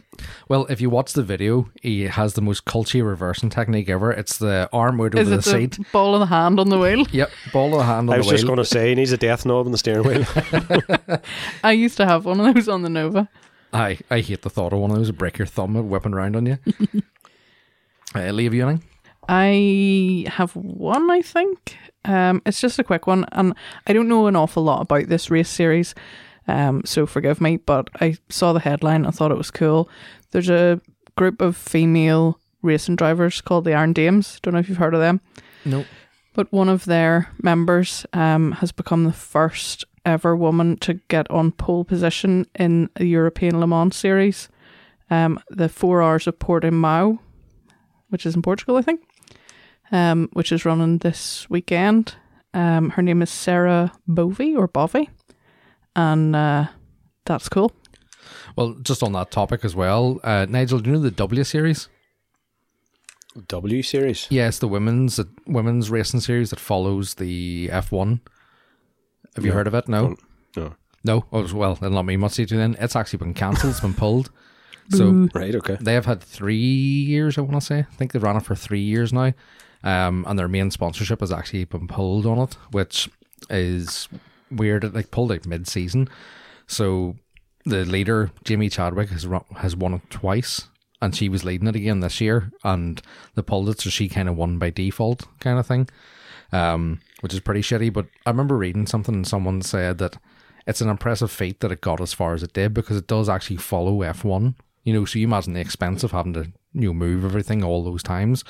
Speaker 1: Well, if you watch the video, he has the most culty reversing technique ever. It's the arm out over
Speaker 2: Is
Speaker 1: the,
Speaker 2: it the
Speaker 1: seat.
Speaker 2: ball of the hand on the wheel? [laughs]
Speaker 1: Yep, ball of the hand on
Speaker 3: I
Speaker 1: the
Speaker 3: was just
Speaker 1: wheel.
Speaker 3: going to say, he needs a death knob on the steering
Speaker 1: [laughs]
Speaker 3: wheel.
Speaker 2: I used to have one of those on the Nova.
Speaker 1: I, I hate the thought of one of those. Break your thumb and whipping around
Speaker 2: [laughs]
Speaker 1: on you. uh, Leave you anything?
Speaker 2: I have one, I think. Um, it's just a quick one, and I don't know an awful lot about this race series, um, so forgive me. But I saw the headline and thought it was cool. There's a group of female racing drivers called the Iron Dames. Don't know if you've heard of them,
Speaker 1: Nope.
Speaker 2: but one of their members um, has become the first ever woman to get on pole position in a European Le Mans series. Um, the four hours of Portimao, which is in Portugal, I think. um, which is running this weekend. Um, her name is Sarah Bovey or Bovey, and uh, that's cool.
Speaker 1: Well, just on that topic as well, uh, Nigel, do you know the W series?
Speaker 3: W series.
Speaker 1: Yeah, it's the women's uh, women's racing series that follows the F one. Have you
Speaker 3: No.
Speaker 1: heard of it? No,
Speaker 3: No.
Speaker 1: no. Oh, well, it'll not mean much to you then. It's actually been cancelled. It's been pulled. So
Speaker 2: Boo.
Speaker 3: Right. Okay.
Speaker 1: they have had three years. I want to say. I think they've ran it for three years now, um, and their main sponsorship has actually been pulled on it, which is weird. It like pulled out mid season, so the leader Jamie Chadwick has run, has won it twice, and she was leading it again this year, and they pulled it, so she kind of won by default, kind of thing, um, which is pretty shitty. But I remember reading something, and someone said that. It's an impressive feat that it got as far as it did because it does actually follow F1 you know, so you imagine the expense of having to, you know, move everything all those times.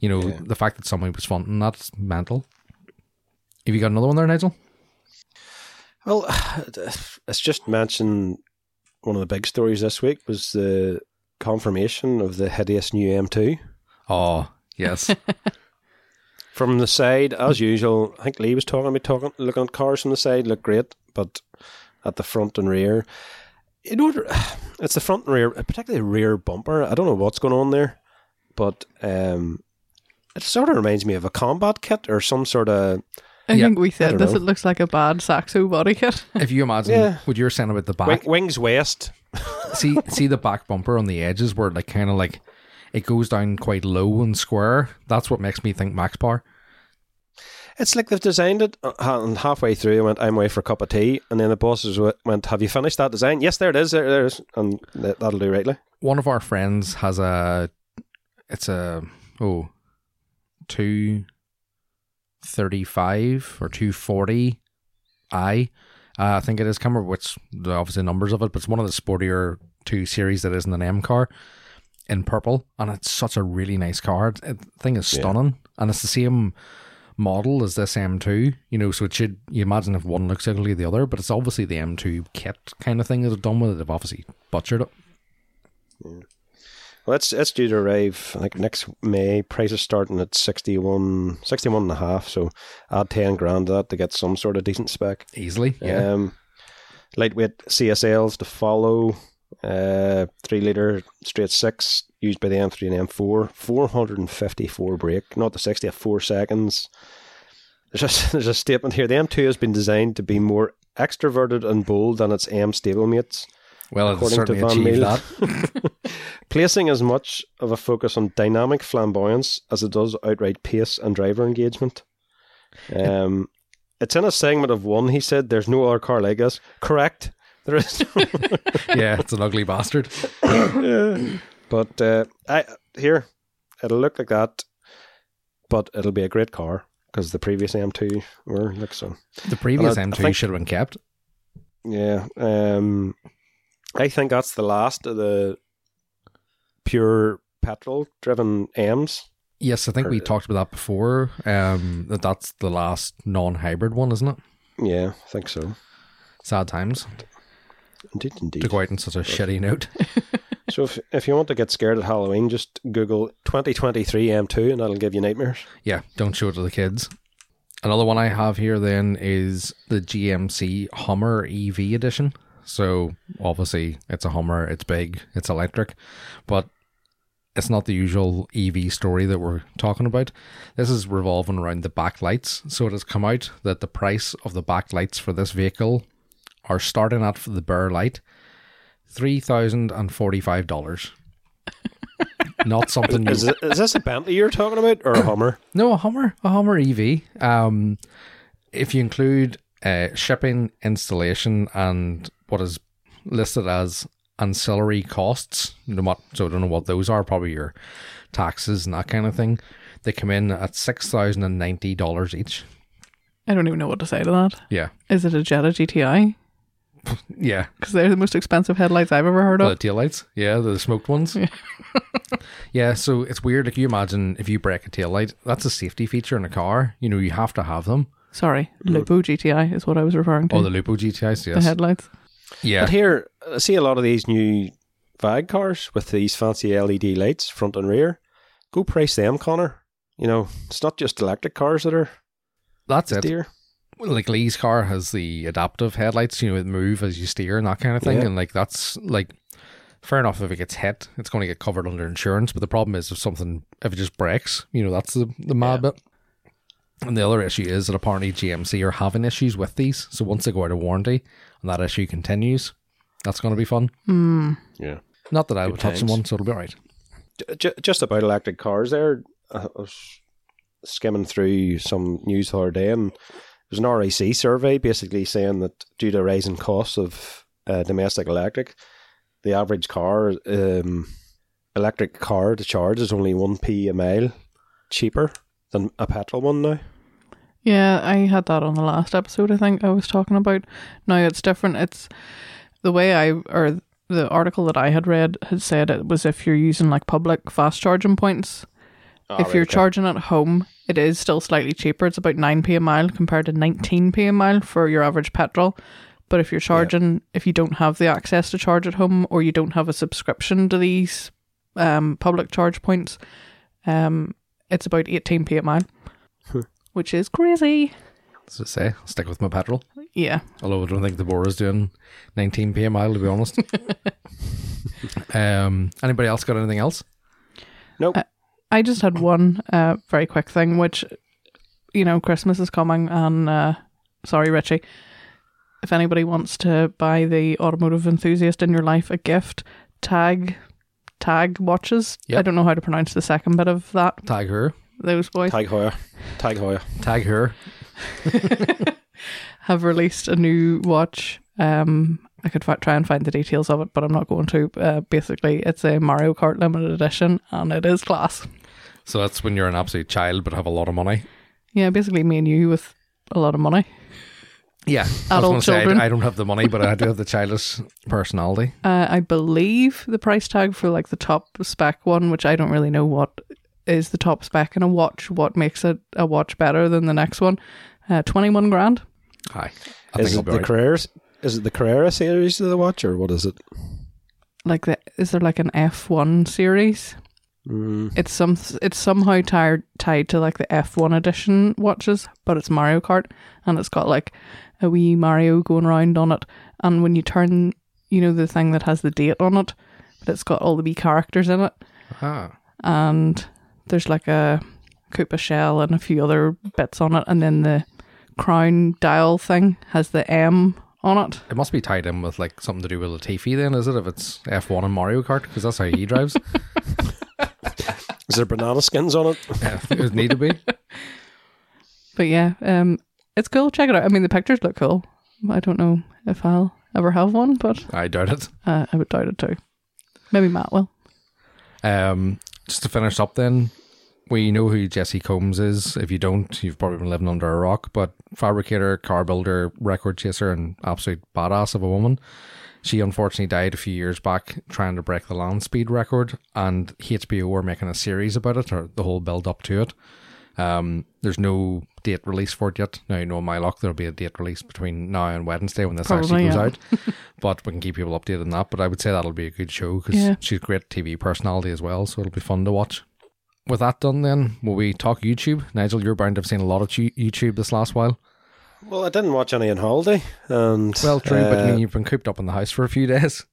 Speaker 1: You know, the fact that somebody was funding that's mental. Have you got another one there, Nigel?
Speaker 3: Well, [sighs] it's just mentioned one of the big stories this week was the confirmation of the hideous new M2.
Speaker 1: Oh, yes.
Speaker 3: From the side, as usual, I think Lee was talking about talking, looking at cars from the side, look great, but at the front and rear, you know, [sighs] it's the front and rear, uh, particularly rear bumper. I don't know what's going on there, but um, it sort of reminds me of a combat kit or some sort of
Speaker 2: I
Speaker 1: Yeah,
Speaker 2: think we
Speaker 3: I
Speaker 2: said
Speaker 3: don't
Speaker 2: this.
Speaker 3: know.
Speaker 2: It looks like a bad Saxo body kit.
Speaker 1: [laughs]
Speaker 2: [laughs]
Speaker 1: if you imagine
Speaker 3: Yeah.
Speaker 1: what you're saying about the
Speaker 3: wing,
Speaker 1: back,
Speaker 3: wings waist.
Speaker 1: see see the back bumper on the edges where it, like kind of like it goes down quite low and square. That's what makes me think Max Power.
Speaker 3: It's like they've designed it, uh, ha- and halfway through, I went, I'm away for a cup of tea. And then the bosses w- went, Have you finished that design? Yes, there it is. There, there it is. And th- that'll do rightly.
Speaker 1: One of our friends has a, it's a oh, two thirty five or two forty I. Uh, I think it is. Can't remember which the obviously numbers of it, but it's one of the sportier two series that isn't an M car in purple, and it's such a really nice car. It- The thing is
Speaker 3: Yeah.
Speaker 1: stunning, and it's the same model as this M2. You know, so it should you imagine if one looks ugly the other, but it's obviously the M2 kit kind of thing that they've done with it. They've obviously butchered it.
Speaker 3: Well, it's, it's due to arrive, I think, next May. Prices starting at 61, 61 and a half. So add 10 grand to that to get some sort of decent spec.
Speaker 1: Easily, yeah.
Speaker 3: Um, lightweight CSLs to follow. Uh, three liter straight six used by the M3 and M4. 454 brake, not the 60 at four seconds. There's a, [laughs] there's a statement here. The M2 has been designed to be more extroverted and bold than its M stablemates,
Speaker 1: Well, it
Speaker 3: according to
Speaker 1: certainly
Speaker 3: Van
Speaker 1: achieved that.
Speaker 3: [laughs] Meel. Placing as much of a focus on dynamic flamboyance as it does outright pace and driver engagement. Um, it's in a segment of one, he said. There's no other car like this. Correct. There is no
Speaker 1: yeah, it's an ugly bastard.
Speaker 3: [coughs] But uh, I here, it'll look like that, but it'll be a great car because the previous M2 were like so.
Speaker 1: The previous
Speaker 3: I
Speaker 1: M2
Speaker 3: think-
Speaker 1: should have been kept.
Speaker 3: Yeah, um, I think that's the last of the pure petrol-driven M's.
Speaker 1: Yes, I think we
Speaker 3: Or-
Speaker 1: talked about that before. Um, that that's the last non-hybrid one, isn't it?
Speaker 3: Yeah, I think so.
Speaker 1: Sad times
Speaker 3: Indeed, indeed.
Speaker 1: to go out on such a shitty note.
Speaker 3: So if if you want to get scared at Halloween, just Google 2023 M2 and that'll give you nightmares.
Speaker 1: Yeah, don't show it to the kids. Another one I have here then is the GMC Hummer EV edition. So obviously it's a Hummer, it's big, it's electric, but it's not the usual EV story that we're talking about. This is revolving around the backlights. So it has come out that the price of the backlights for this vehicle are starting at for the bare light three thousand and forty-five dollars. Not something you
Speaker 3: Is, it- is this a Bentley you're talking about or a Hummer?
Speaker 1: no, a Hummer, a Hummer EV. Um, if you include uh, shipping, installation, and what is listed as ancillary costs, you know what? So I don't know what those are. Probably your taxes and that kind of thing. They come in at six thousand and ninety dollars each.
Speaker 2: I don't even know what to say to that.
Speaker 1: Yeah,
Speaker 2: Is it a Jetta GTI?
Speaker 1: yeah.
Speaker 2: Because they're the most expensive headlights I've ever heard
Speaker 1: Oh,
Speaker 2: of.
Speaker 1: the taillights. Yeah, the smoked ones. [laughs] yeah, so it's weird. Like you imagine if you break a taillight, that's a safety feature in a car. You know, you have to have them.
Speaker 2: Sorry, Lupo GTI is what I was referring to.
Speaker 1: Oh, the
Speaker 2: Hmm. the,
Speaker 1: Lupo GTIs. Yes.
Speaker 2: headlights.
Speaker 1: Yeah.
Speaker 3: But here, I see a lot of these new E VAG cars with these fancy LED lights, front and rear. Go price them, Connor. You know, it's not just electric cars that are
Speaker 1: That's it.
Speaker 3: steer.
Speaker 1: like Lee's car has the adaptive headlights, you know, it move as you steer and that kind of thing.
Speaker 3: Yeah.
Speaker 1: And like that's like fair enough if it gets hit, it's going to get covered under insurance. But the problem is if something if it just breaks, you know, that's the the mad bit. And the other issue is that apparently GMC are having issues with these. So once they go out of warranty and that issue continues, that's going to be fun.
Speaker 3: Yeah.
Speaker 1: Not that I
Speaker 3: Good
Speaker 1: would touch
Speaker 3: times.
Speaker 1: someone, so it'll be all right.
Speaker 3: J- j- just about electric cars there. I was skimming through some news the other day, and there's an RAC survey basically saying that due to rising costs of uh, domestic electric, the average car, um, electric car to charge is only 1p a mile cheaper than a petrol one now.
Speaker 2: Yeah, I had that on the last episode, I think I was talking about. Now it's different. It's the way I, or the article that I had read had said it was if you're using like public fast charging points, if you're charging at home, it is still slightly cheaper. It's about 9p a mile compared to 19p a mile for your average petrol. But if you're charging, if you don't have the access to charge at home or you don't have a subscription to these um, public charge points, um, it's about 18p a mile, which is crazy.
Speaker 1: As I say, I'll stick with my petrol.
Speaker 2: Yeah.
Speaker 1: Although I don't think the Bora's doing 19 p.m. mile, to be [laughs] honest. um, anybody else got anything else?
Speaker 3: nope.
Speaker 2: I just had one uh, very quick thing, which, you know, Christmas is coming, and uh, sorry, Richie. If anybody wants to buy the automotive enthusiast in your life a gift, tag tag watches.
Speaker 1: Yep.
Speaker 2: I don't know how to pronounce the second bit of that.
Speaker 1: Tag her.
Speaker 2: Those boys
Speaker 3: Tag Heuer. Tag Heuer.
Speaker 1: Tag her.
Speaker 2: have released a new watch. Um, I could fi- try and find the details of it, but I'm not going to. Uh, basically, it's a Mario Kart limited edition, and it is class.
Speaker 1: So that's when you're an absolute child but have a lot of money.
Speaker 2: Yeah, basically, me and you with a lot of money.
Speaker 1: Yeah. I was
Speaker 2: Adult
Speaker 1: gonna say, I-
Speaker 2: children.
Speaker 1: I, don't have the money, but I do have the childish personality.
Speaker 2: Uh, I believe the price tag for like the top spec one, which I don't really know what is the top spec in a watch, what makes it a watch better than the next one, uh, twenty one grand.
Speaker 1: Hi. I think
Speaker 3: Is
Speaker 1: I'll be
Speaker 3: it the
Speaker 1: all right.
Speaker 3: Carrera? Is it the Carrera series of the watch, or what is it?
Speaker 2: Like, the, is there like an F one series?
Speaker 3: Mm,
Speaker 2: It's some. It's somehow tied tied to like the F one edition watches, but it's Mario Kart, and it's got like a wee Mario going around on it. And when you turn, you know the thing that has the date on it, but it's got all the wee characters in it.
Speaker 1: Ah.
Speaker 2: and there's like a Koopa shell and a few other bits on it, and then the crown dial thing has the M on it.
Speaker 1: It must be tied in with like something to do with Latifi then, is it? If it's F1 and Mario Kart, because that's how he [laughs] drives.
Speaker 3: is there banana skins on it?
Speaker 1: Yeah, it would need to be.
Speaker 2: But yeah, um, it's cool. Check it out. I mean, the pictures look cool. I don't know if I'll ever have one, but
Speaker 1: I doubt it.
Speaker 2: uh, I would doubt it too. Maybe Matt will.
Speaker 1: Um, just to finish up, then we know who Jesse Combs is. If you don't, you've probably been living under a rock. But fabricator, car builder, record chaser, and absolute badass of a woman. She unfortunately died a few years back trying to break the land speed record, and HBO were making a series about it, or the whole build up to it. Um, there's no date release for it yet. Now, you know my luck, there'll be a date release between now and Wednesday when this actually
Speaker 2: Probably,
Speaker 1: goes
Speaker 2: yeah.
Speaker 1: out. but we can keep people updated on that. But I would say that'll be a good show because
Speaker 2: Yeah.
Speaker 1: she's a great TV personality as well, so it'll be fun to watch. With that done, then will we talk YouTube? Nigel, you're bound to have seen a lot of tu- YouTube this last while.
Speaker 3: Well, I didn't watch any on holiday, and
Speaker 1: Well, true, but I
Speaker 3: uh,
Speaker 1: mean, you've been cooped up in the house for a few days.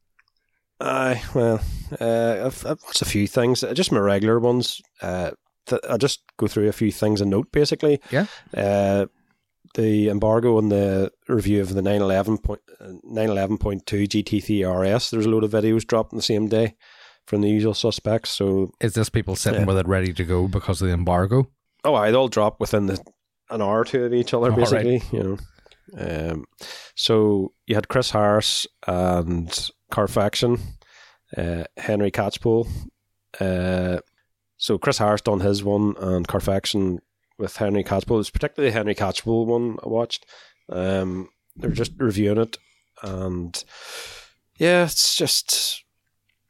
Speaker 3: Aye, well, uh, I've, I've watched a few things, uh, just my regular ones. Uh, th- I just go through a few things and note basically.
Speaker 1: Yeah.
Speaker 3: Uh, the embargo on the review of the 911 point, uh, 911.2 GT3 RS. There's a load of videos dropped on the same day from the usual suspects. So,
Speaker 1: Is this people sitting
Speaker 3: Yeah.
Speaker 1: with it ready to go because of the embargo?
Speaker 3: oh, aye, they all drop within the, an hour or two of each other,
Speaker 1: All right.
Speaker 3: basically. You know. Um, so you had Chris Harris and Carfaction, uh, Henry Catchpole. Uh, so Chris Harris done his one and Carfaction with Henry Catchpole. It's particularly the Henry Catchpole one I watched. Um, they're just reviewing it, and yeah, it's just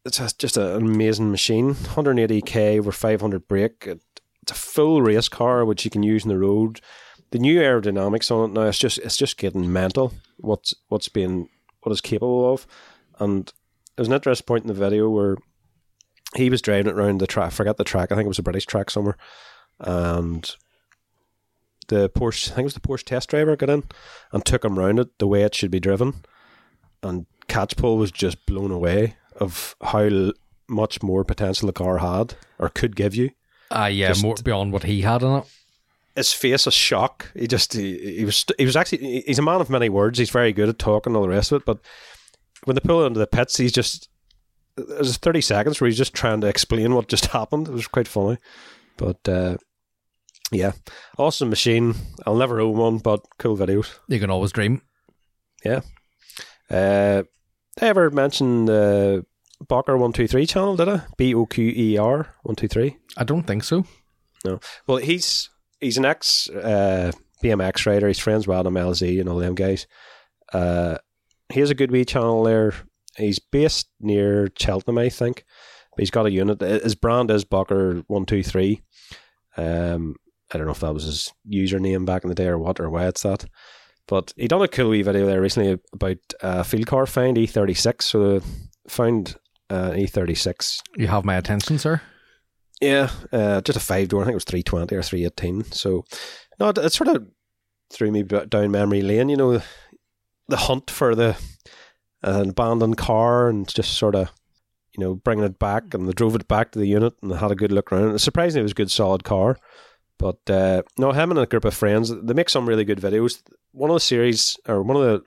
Speaker 3: it's a- just a- an amazing machine. 180k over 500 brake. It, it's a full race car which you can use on the road the new aerodynamics on it now it's just it's just getting mental what's what's being what it's capable of and there was an interesting point in the video where he was driving it around the track I forget the track I think it was a British track somewhere and the Porsche, I think it was the Porsche test driver, got in and took him round it the way it should be driven. And Catchpole was just blown away of how l- much more potential the car had or could give you.
Speaker 1: Ah, yeah,
Speaker 3: Just-
Speaker 1: more beyond what he had in it.
Speaker 3: His face a shock. He just he, he was he was actually he- he's a man of many words. He's very good at talking and all the rest of it. But when they pull it into the pits, he's just there's thirty seconds where he's just trying to explain what just [laughs] happened. It was quite funny. But uh, yeah, awesome machine. I'll never own one, but cool videos.
Speaker 1: You can always dream.
Speaker 3: Uh, did I ever mention the Bocker One Two Three channel? Did I? B O Q E R One Two Three.
Speaker 1: I don't think so.
Speaker 3: Well, he's he's an ex uh, BMX rider. He's friends with Adam LZ and all them guys. Uh, he has a good wee channel there. He's based near Cheltenham, I think. But he's got a unit. His brand is Bocker One Two Three. Um, I don't know if that was his username back in the day or what or why it's that. But he done a cool wee video there recently about uh, field car find E thirty six. So they found uh, E thirty six
Speaker 1: You have my attention, sir.
Speaker 3: yeah, uh, just a five door. I think it was three twenty or three eighteen. So, no, it, it sort of threw me b- down memory lane. You know, the hunt for the an abandoned car and just sort of, you know, bringing it back. And they drove it back to the unit and had a good look around. And surprisingly, it was a good, solid car. But uh, no, him and a group of friends, they make some really good videos. One of the series or one of the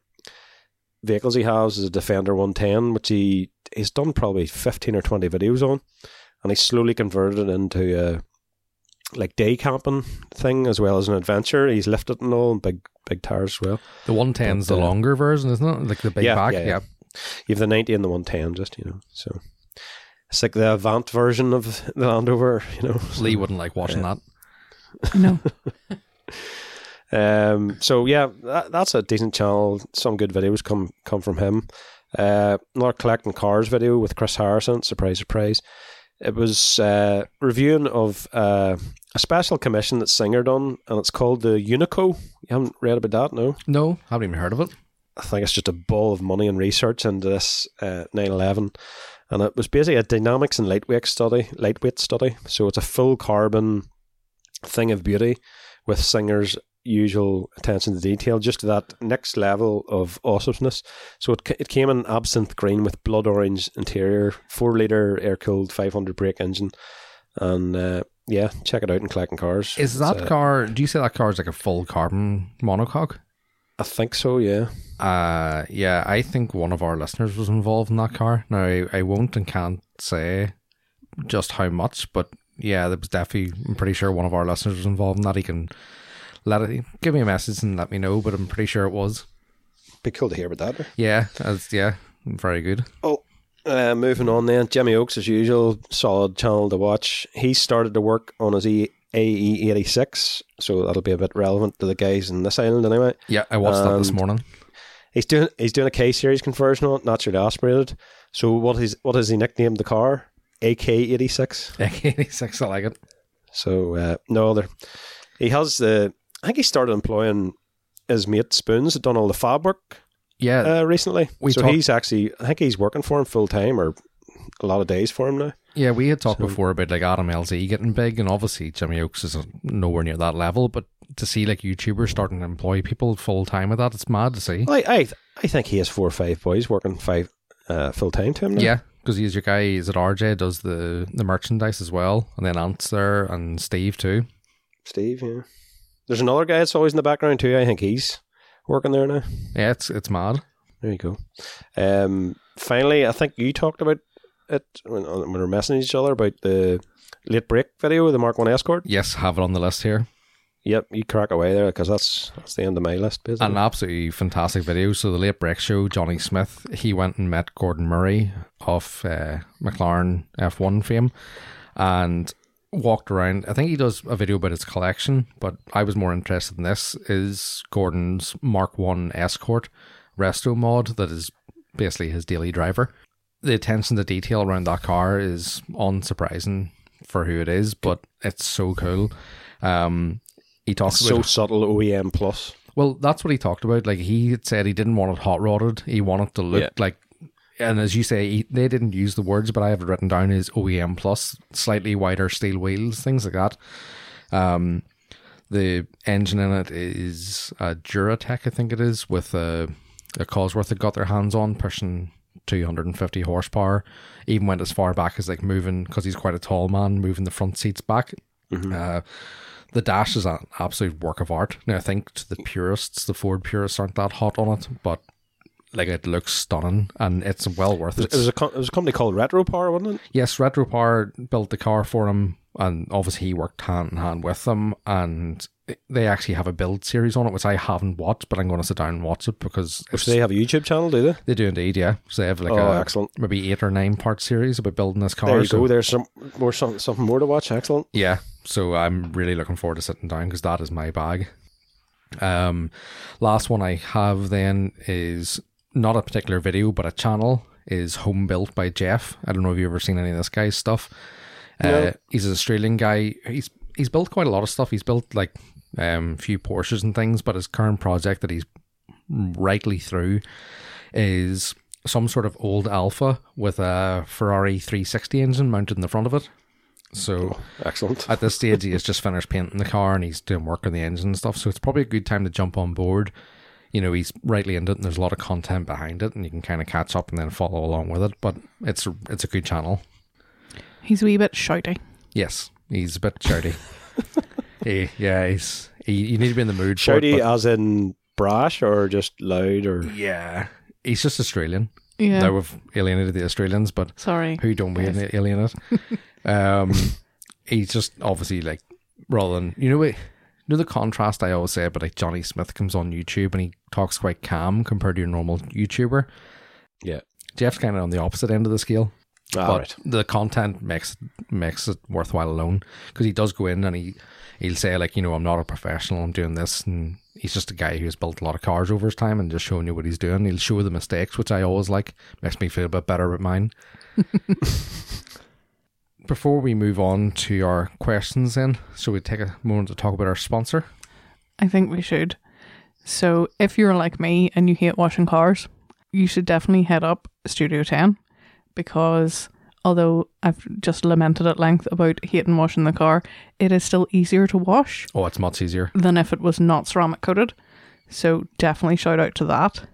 Speaker 3: vehicles he has is a Defender one ten, which he he's done probably fifteen or twenty videos on and he slowly converted it into a like day camping thing as well as an adventure. He's lifted and all and big big tires as well.
Speaker 1: The 110's the
Speaker 3: But, uh,
Speaker 1: longer version, isn't it? Like the big
Speaker 3: Yeah,
Speaker 1: back.
Speaker 3: yeah, yeah.
Speaker 1: yeah.
Speaker 3: You have the ninety and the one ten, just you know. So it's like the Avant version of the Land Rover, you know.
Speaker 1: Lee wouldn't like watching that.
Speaker 2: No.
Speaker 3: Um, so yeah, that, that's a decent channel. Some good videos come come from him. Uh, another collecting cars video with Chris Harrison. Surprise, surprise. It was uh, reviewing of uh, a special commission that Singer done, and it's called the Unico. You haven't read about that, no?
Speaker 1: No, haven't even heard of it.
Speaker 3: I think it's just a ball of money and research into this uh, 911. And it was basically a dynamics and lightweight study, lightweight study. So it's a full carbon thing of beauty with Singer's usual attention to detail, just to that next level of awesomeness. So it, ca- it came in absinthe green with blood orange interior, four litre air cooled 500 brake engine. And uh, yeah, check it out in Clacking Cars.
Speaker 1: Is that
Speaker 3: It's, uh,
Speaker 1: car? Do you say that car is like a full carbon monocoque?
Speaker 3: I think so, yeah.
Speaker 1: Uh, yeah, I think one of our listeners was involved in that car. Now I, I won't and can't say just how much, but yeah, there was definitely. I'm pretty sure one of our listeners was involved in that. He can let it give me a message and let me know, but I'm pretty sure it was.
Speaker 3: Be cool to hear about that.
Speaker 1: Yeah, that's yeah, very good.
Speaker 3: Oh, uh, moving on then. Jimmy Oaks, as usual, solid channel to watch. He started to work on his e- AE86, so that'll be a bit relevant to the guys in this island anyway.
Speaker 1: Yeah, I watched that this
Speaker 3: And-
Speaker 1: morning. [laughs]
Speaker 3: He's doing he's doing a K series conversion on it, naturally aspirated. So what is what has he nicknamed the car? AK86.
Speaker 1: AK86, I like it.
Speaker 3: So uh, no other. He has the. I think he started employing his mate Spoons that done all the fab work
Speaker 1: Yeah,
Speaker 3: uh, recently.
Speaker 1: we
Speaker 3: so
Speaker 1: talked-
Speaker 3: he's actually, I think he's working for him full time or a lot of days for him now.
Speaker 1: Yeah, we had talked before about like Adam LZ getting big, and obviously Jimmy Oaks is nowhere near that level. But to see like YouTubers starting to employ people full time with that, it's mad to see.
Speaker 3: Well, I, I, I think he has four or five boys working five uh, full time to him. Now.
Speaker 1: Yeah, because he's your guy. Is it RJ does the the merchandise as well, and then Ant's there and Steve too.
Speaker 3: Steve. Yeah, there's another guy that's always in the background too. I think he's working there now.
Speaker 1: Yeah, it's it's mad.
Speaker 3: There you go. Um, finally, I think you talked about it when, when we were messaging each other about the late break video with the Mark One Escort.
Speaker 1: Yes, have it on the list here.
Speaker 3: Yep, you crack away there because that's that's the end of my list. Basically.
Speaker 1: An absolutely fantastic video. So the late break show, Johnny Smith, he went and met Gordon Murray of uh, McLaren F1 fame, and walked around. I think he does a video about his collection, but I was more interested in this is Gordon's Mark One Escort resto mod that is basically his daily driver. The attention to detail around that car is unsurprising for who it is, but it's so cool. Um, he talks about
Speaker 3: so subtle OEM plus.
Speaker 1: well, that's what he talked about. Like he had said, he didn't want it hot rodded. He wanted to look
Speaker 3: Yeah.
Speaker 1: like, and as you say, he, they didn't use E the words, but I have it written down as OEM plus, slightly wider steel wheels, things like that. Um, the engine in it is a Duratec, I think it is, with a, a Cosworth that got their hands on, pushing 250 horsepower. Even went as far back as like moving, because he's quite a tall man, moving the front seats back.
Speaker 3: Mm-hmm.
Speaker 1: Uh, the dash is an absolute work of art. Now, I think to the purists, the Ford purists aren't that hot on it, but like it looks stunning and it's well worth
Speaker 3: It
Speaker 1: it.
Speaker 3: was a co- it was a company called Retro Power, wasn't it?
Speaker 1: yes, RetroPower built the car for him, and obviously he worked hand in hand with them. And they actually have a build series on it, which I haven't watched, but I'm going to sit down and watch it because
Speaker 3: Which
Speaker 1: it's,
Speaker 3: they have a YouTube channel, do they?
Speaker 1: they do indeed, yeah. So they have like
Speaker 3: oh,
Speaker 1: a
Speaker 3: excellent.
Speaker 1: maybe eight or nine part series about building this car.
Speaker 3: There you
Speaker 1: so-
Speaker 3: go. There's some more some, something more to watch. Excellent.
Speaker 1: Yeah, so I'm really looking forward to sitting down because that is my bag. Um, last one I have then is not a particular video, but a channel is Home Built by Jeff. I don't know if you've ever seen any of this guy's stuff. Uh,
Speaker 3: No.
Speaker 1: he's an Australian guy. He's he's built quite a lot of stuff. He's built like um few Porsches and things, but his current project that he's rightly through is some sort of old Alpha with a Ferrari 360 engine mounted in the front of it. So
Speaker 3: Excellent.
Speaker 1: at this stage, he has just finished painting the car and he's doing work on the engine and stuff. So it's probably a good time to jump on board. You know, he's rightly into it, and there's a lot of content behind it, and you can kind of catch up and then follow along with it. But it's a, it's a good channel.
Speaker 2: He's a wee bit shouty.
Speaker 1: Yes, he's a bit shouty. he, yeah, he's he, you need to be in the mood. for it,
Speaker 3: Shouty
Speaker 1: but
Speaker 3: as in brash or just loud or
Speaker 1: yeah, he's just Australian.
Speaker 2: Yeah.
Speaker 1: Now we've alienated the Australians, but
Speaker 2: Sorry.
Speaker 1: who don't we
Speaker 2: Yes.
Speaker 1: alienate? um, he's just obviously like rather than you know, we, you know the contrast I always say about like Johnny Smith comes on YouTube and he talks quite calm compared to your normal YouTuber.
Speaker 3: Yeah.
Speaker 1: Jeff's kind of on the opposite end of the scale, but
Speaker 3: all Ah, right.
Speaker 1: the content makes makes it worthwhile alone because he does go in and he he'll say like you know I'm not a professional I'm doing this and he's just a guy who's built a lot of cars over his time and just showing you what he's doing. He'll show the mistakes, which I always like. Makes me feel a bit better about
Speaker 3: [laughs]
Speaker 1: mine. Before we move on to our questions, then, so we take a moment to talk about our sponsor.
Speaker 2: I think we should. So, if you're like me and you hate washing cars, you should definitely head up Studio 10 because although I've just lamented at length about hating washing the car, it is still easier to wash
Speaker 1: Oh, it's much easier,
Speaker 2: than if it was not ceramic coated. So, definitely shout out to that.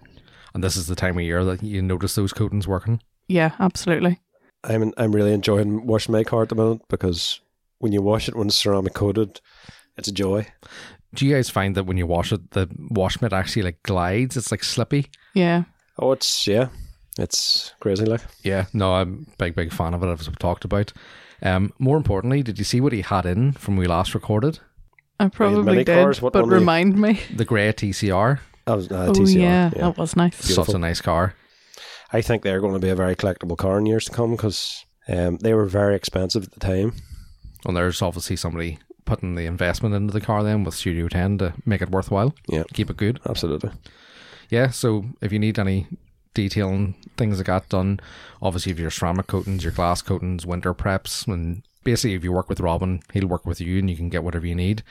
Speaker 1: and this is the time of year that you notice those coatings working.
Speaker 2: Yeah, absolutely.
Speaker 3: I'm I'm really enjoying washing my car at the moment because when you wash it when it's ceramic coated, it's a joy.
Speaker 1: Do you guys find that when you wash it, the wash mitt actually like glides? It's like slippy.
Speaker 2: Yeah.
Speaker 3: Oh, it's yeah, it's crazy. Like
Speaker 1: Yeah, no, I'm a big, big fan of it, as we've talked about. Um, more importantly, did you see what he had in from we last recorded?
Speaker 2: I probably
Speaker 3: mini
Speaker 2: did,
Speaker 3: cars, what
Speaker 2: but
Speaker 3: one are you-
Speaker 2: remind me.
Speaker 1: The grey TCR.
Speaker 3: that was, uh,
Speaker 2: oh,
Speaker 3: TCR,
Speaker 2: yeah,
Speaker 3: yeah.
Speaker 2: that was nice.
Speaker 1: Such a nice car.
Speaker 3: I think they're going to be a very collectible car in years to come because um, they were very expensive at the time.
Speaker 1: And there's obviously somebody putting the investment into the car then with Studio 10 to make it worthwhile.
Speaker 3: Yeah.
Speaker 1: Keep it good.
Speaker 3: Absolutely.
Speaker 1: Yeah, so if you need any detailing things that got done, obviously if your ceramic coatings, your glass coatings, winter preps, and basically if you work with Robin, he'll work with you and you can get whatever you need.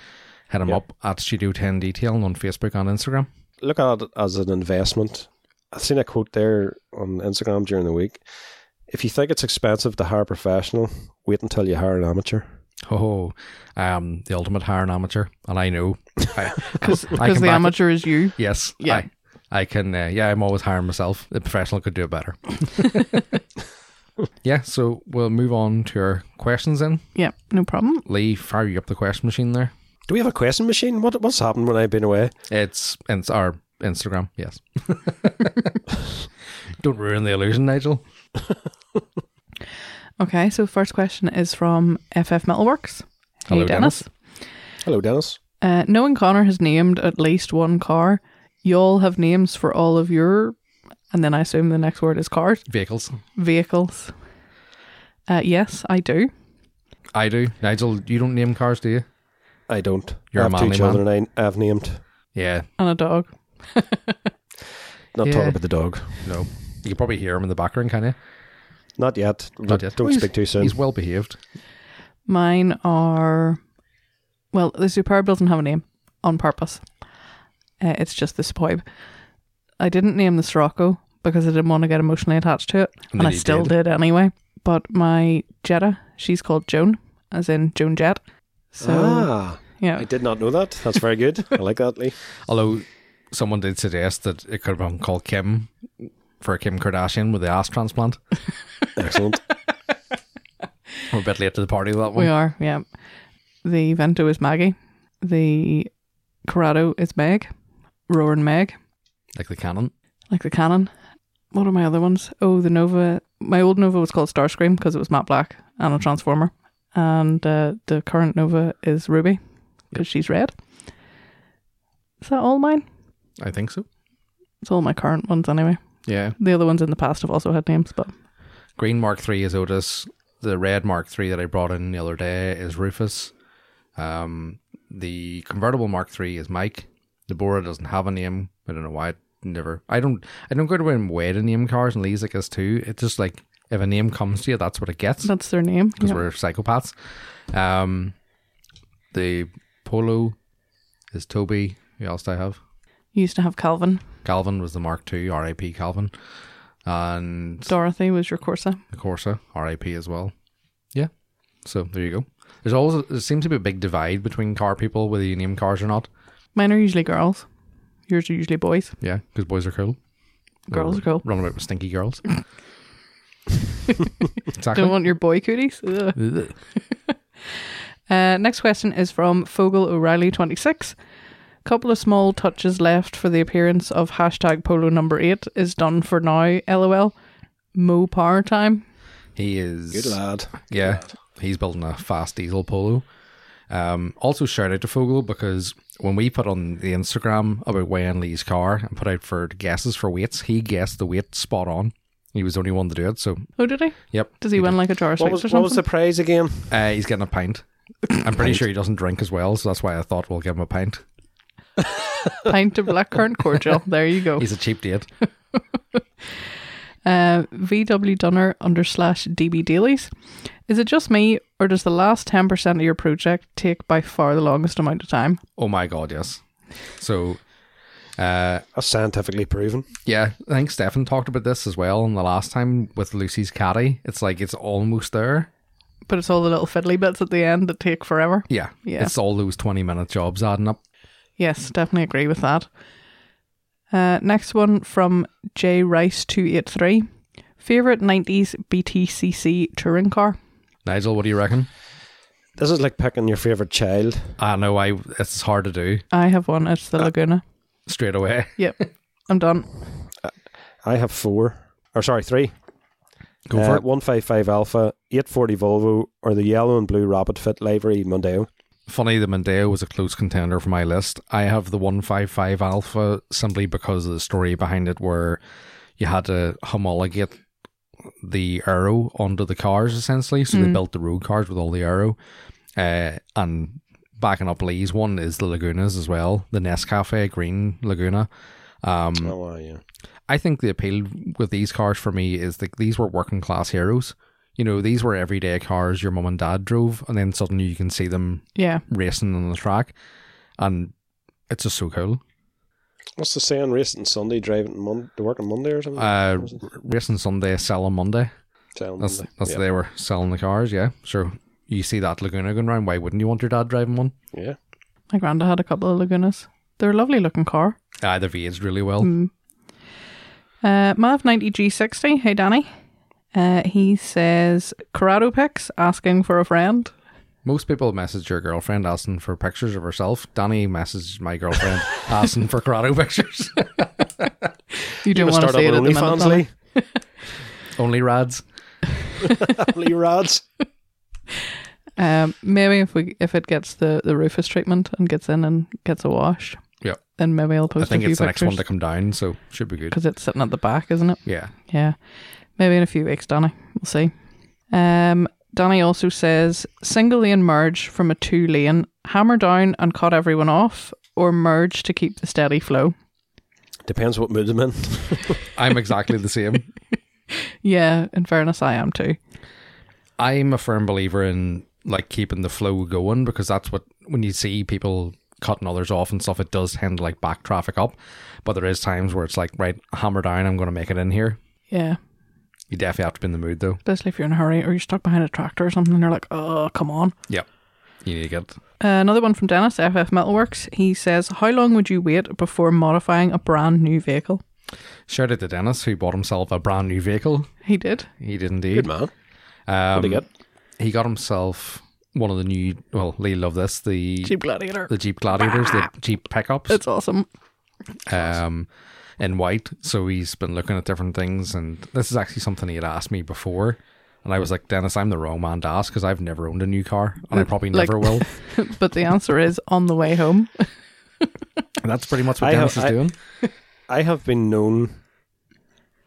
Speaker 1: Head him up at Studio 10 Detailing on Facebook and Instagram.
Speaker 3: Look at it as an investment. I've seen a quote there on Instagram during the week. If you think it's expensive to hire a professional, wait until you hire an amateur.
Speaker 1: Oh, um, the ultimate hire an amateur, and I know
Speaker 2: [laughs]
Speaker 1: because
Speaker 2: Because the amateur is you.
Speaker 1: Yes,
Speaker 2: Yeah.
Speaker 1: I, I can. Uh, yeah, I'm always hiring myself. The professional could do it
Speaker 2: [laughs]
Speaker 1: better. yeah, so we'll move on to our questions then.
Speaker 2: Yeah, no problem.
Speaker 1: Lee, fire you up the question machine there.
Speaker 3: Do we have a question machine? What what's happened when I've been away?
Speaker 1: It's it's our Instagram.
Speaker 2: [laughs]
Speaker 1: Yes. Don't ruin the illusion, Nigel.
Speaker 2: Okay, so first question is from FF Metalworks. Hey,
Speaker 1: Hello,
Speaker 2: Dennis.
Speaker 3: Hello, Dennis.
Speaker 2: Uh, knowing Connor has named at least one car, y'all have names for all of your, and then I assume the next word is cars,
Speaker 1: Vehicles.
Speaker 2: vehicles. Uh, yes, I do.
Speaker 1: I do. Nigel, you don't name cars, do you?
Speaker 3: I don't.
Speaker 1: You're
Speaker 3: I
Speaker 1: a
Speaker 3: have two
Speaker 1: manly
Speaker 3: children I, I've named.
Speaker 1: Yeah.
Speaker 2: And a dog.
Speaker 3: Not
Speaker 1: Yeah.
Speaker 3: talking about the dog.
Speaker 1: No. You can probably hear him in the background, can you?
Speaker 3: Not yet.
Speaker 1: Not yet.
Speaker 3: Don't
Speaker 1: Well,
Speaker 3: speak too soon.
Speaker 1: He's well behaved.
Speaker 2: Mine are, well, the Superb doesn't have a name on purpose. Uh, it's just the Superb. I didn't name the Sirocco because I didn't want to get emotionally attached to it,
Speaker 1: And
Speaker 2: and,
Speaker 1: then
Speaker 2: I
Speaker 1: you
Speaker 2: still
Speaker 1: did.
Speaker 2: did. anyway. But my Jetta, she's called Joan, as in Joan Jett. So
Speaker 3: ah, I
Speaker 2: yeah,
Speaker 3: did not know that. That's very good. I like that, Lee.
Speaker 1: Although someone did suggest that it could have been called Kim for Kim Kardashian with the ass transplant.
Speaker 3: Excellent.
Speaker 1: We're a bit late to the party with that one.
Speaker 2: we are. Yeah, the Vento is Maggie, the Corrado is Meg, Roaring Meg,
Speaker 1: Like the cannon.
Speaker 2: like the cannon. What are my other ones? Oh, the Nova. My old Nova was called Starscream because it was matte black and a transformer, and uh, the current Nova is Ruby because she's red. Is that all mine?
Speaker 1: I think so.
Speaker 2: It's all my current ones anyway.
Speaker 1: Yeah.
Speaker 2: The other ones in the past have also had names, but
Speaker 1: Green Mark III is Otis. The red Mark III that I brought in the other day is Rufus. Um, the convertible Mark III is Mike. The Bora doesn't have a name. I don't know why. It never. I don't. I don't go to him way to name cars and Lee's like us too. It's just like if a name comes to you, that's what it gets
Speaker 2: that's their name.
Speaker 1: because
Speaker 2: Yeah.
Speaker 1: we're psychopaths. Um, the Polo is Toby. Who else do I have?
Speaker 2: Used to have Calvin.
Speaker 1: Calvin was the Mark II, R.I.P. Calvin, and uh,
Speaker 2: Dorothy was your Corsa.
Speaker 1: the Corsa, RIP as well. Yeah. So there you go. There's always there seems to be a big divide between car people whether you name cars or not.
Speaker 2: Mine are usually girls. Yours are usually boys.
Speaker 1: Yeah, because boys are cool.
Speaker 2: Girls are cool.
Speaker 1: Run about with stinky
Speaker 2: [laughs]
Speaker 1: girls. exactly.
Speaker 2: Don't want your boy cooties. Ugh. [laughs] Uh, next question is from Fogel O'Reilly twenty six. Couple of small touches left for the appearance of hashtag Polo number eight is done for now. LOL. Mo power time.
Speaker 1: he is
Speaker 3: Good
Speaker 1: [laughs]
Speaker 3: lad.
Speaker 1: Yeah, he's building a fast diesel polo. Um, also, shout out to Fogel because when we put on the Instagram about weighing Lee's car and put out for guesses for weights, he guessed the weight spot on. He was the only one to do it. So,
Speaker 2: Oh, did he?
Speaker 1: yep.
Speaker 2: Does he,
Speaker 1: did.
Speaker 2: win like a jar of
Speaker 3: What
Speaker 2: sweets
Speaker 3: was,
Speaker 2: or
Speaker 3: what was
Speaker 2: something?
Speaker 3: the prize again?
Speaker 1: Uh, he's getting a pint. I'm pretty sure he doesn't drink as well, so that's why I thought we'll give him a pint.
Speaker 2: Pint of
Speaker 3: [laughs]
Speaker 2: blackcurrant cordial. There you go.
Speaker 1: He's a cheap date.
Speaker 2: Uh, VW Dunner under slash DB Dailies. Is it just me, or does the last 10% of your project take by far the longest amount of time?
Speaker 1: Oh my god, yes. So, uh,
Speaker 3: That's scientifically proven.
Speaker 1: yeah, I think Stefan talked about this as well in the last time with Lucy's caddy. It's like it's almost there.
Speaker 2: But it's all the little fiddly bits at the end that take forever.
Speaker 1: Yeah,
Speaker 2: Yeah.
Speaker 1: It's all those twenty minute jobs adding up.
Speaker 2: Yes, definitely agree with that. Uh, next one from J Rice two eight three. Favorite nineties BTCC touring car.
Speaker 1: Nigel, what do you reckon?
Speaker 3: This is like picking your favorite child.
Speaker 1: I know I. It's hard to do
Speaker 2: I have one. It's
Speaker 3: Ah.
Speaker 2: the Laguna.
Speaker 1: straight away
Speaker 2: Yep,
Speaker 3: [laughs]
Speaker 2: I'm done.
Speaker 3: I have four, or sorry, three.
Speaker 1: [laughs]
Speaker 3: Uh,
Speaker 1: Go for it.
Speaker 3: One five five Alpha, eight forty Volvo, or the yellow and blue Rapid Fit livery Mondeo.
Speaker 1: Funny, the Mondeo was a close contender for my list. I have the 155 Alpha simply because of the story behind it, where you had to homologate the arrow onto the cars essentially. So they built the road cars with all the arrow. Uh, and backing up Lee's one is the Lagunas as well, the Nescafe Green Laguna. Um,
Speaker 3: Oh wow, yeah.
Speaker 1: I think the appeal with these cars for me is that these were working class heroes. You know, these were everyday cars your mum and dad drove, and then suddenly you can see them
Speaker 2: Yeah,
Speaker 1: racing on the track, and it's just so cool.
Speaker 3: What's the saying? Racing Sunday, driving Mon- to work on Monday or something.
Speaker 1: Uh, r- racing Sunday, sell on Monday.
Speaker 3: Selling
Speaker 1: That's
Speaker 3: Monday.
Speaker 1: that's
Speaker 3: yeah.
Speaker 1: they were selling the cars. Yeah, sure. You see that Laguna going round. Why wouldn't you want your dad driving one?
Speaker 3: yeah.
Speaker 2: my granda had a couple of Lagunas. They're a lovely looking car.
Speaker 1: Ah, they've aged really well.
Speaker 2: Uh, Mav ninety G sixty. Hey Danny. Uh, he says Corrado pics asking for a friend.
Speaker 1: Most people message your girlfriend asking for pictures of herself. Danny messaged my
Speaker 3: [laughs]
Speaker 1: girlfriend asking for Corrado pictures. [laughs]
Speaker 2: You don't
Speaker 3: Gonna
Speaker 2: want to
Speaker 3: start up
Speaker 2: say it
Speaker 3: an
Speaker 2: at the minute. Danny.
Speaker 3: OnlyFans, [laughs] Lee.
Speaker 1: Only rads.
Speaker 3: Lee Rads.
Speaker 2: Um, maybe if we if it gets the the Rufus treatment and gets in and gets a wash,
Speaker 1: Yeah.
Speaker 2: then maybe I'll
Speaker 1: I
Speaker 2: post a
Speaker 1: think
Speaker 2: few
Speaker 1: it's the next one
Speaker 2: pictures
Speaker 1: to come down, so should be good.
Speaker 2: because it's sitting at the back, isn't it?
Speaker 1: Yeah.
Speaker 2: Yeah, maybe in a few weeks, Danny. We'll see. Um, Danny also says single lane merge from a two lane, hammer down and cut everyone off, or merge to keep the steady flow.
Speaker 3: Depends what mood I'm in.
Speaker 1: I'm exactly the same.
Speaker 2: Yeah, in fairness, I am too.
Speaker 1: I'm a firm believer in like keeping the flow going because that's what when you see people cutting others off and stuff, it does tend to like back traffic up. But there is times where it's like, right, hammer down, I'm gonna make it in here.
Speaker 2: Yeah,
Speaker 1: You definitely have to be in the mood though.
Speaker 2: especially if you're in a hurry or you're stuck behind a tractor or something, and you're like, oh, come on.
Speaker 1: Yep. You need to get
Speaker 2: Uh, Another one from Dennis, FF Metalworks. He says, How long would you wait before modifying a brand new vehicle?
Speaker 1: shout out to Dennis who bought himself a brand new vehicle.
Speaker 2: He did.
Speaker 1: He did indeed.
Speaker 3: [laughs] Good man.
Speaker 1: Um,
Speaker 3: What'd he get?
Speaker 1: He got himself one of the new. Well, Lee loved this the
Speaker 2: Jeep Gladiator.
Speaker 1: the Jeep Gladiators, the Jeep pickups,
Speaker 2: It's awesome. [laughs]
Speaker 1: um, in white. So he's been looking at different things, and this is actually something he had asked me before. And I was like, Dennis, I'm the wrong man to ask because I've never owned a new car, and
Speaker 3: [laughs]
Speaker 1: I probably
Speaker 2: Like-
Speaker 1: never will.
Speaker 2: but the answer is on the way home.
Speaker 1: And that's pretty much what
Speaker 3: I
Speaker 1: Dennis
Speaker 3: have-
Speaker 1: is
Speaker 3: I-
Speaker 1: doing.
Speaker 3: I have been known.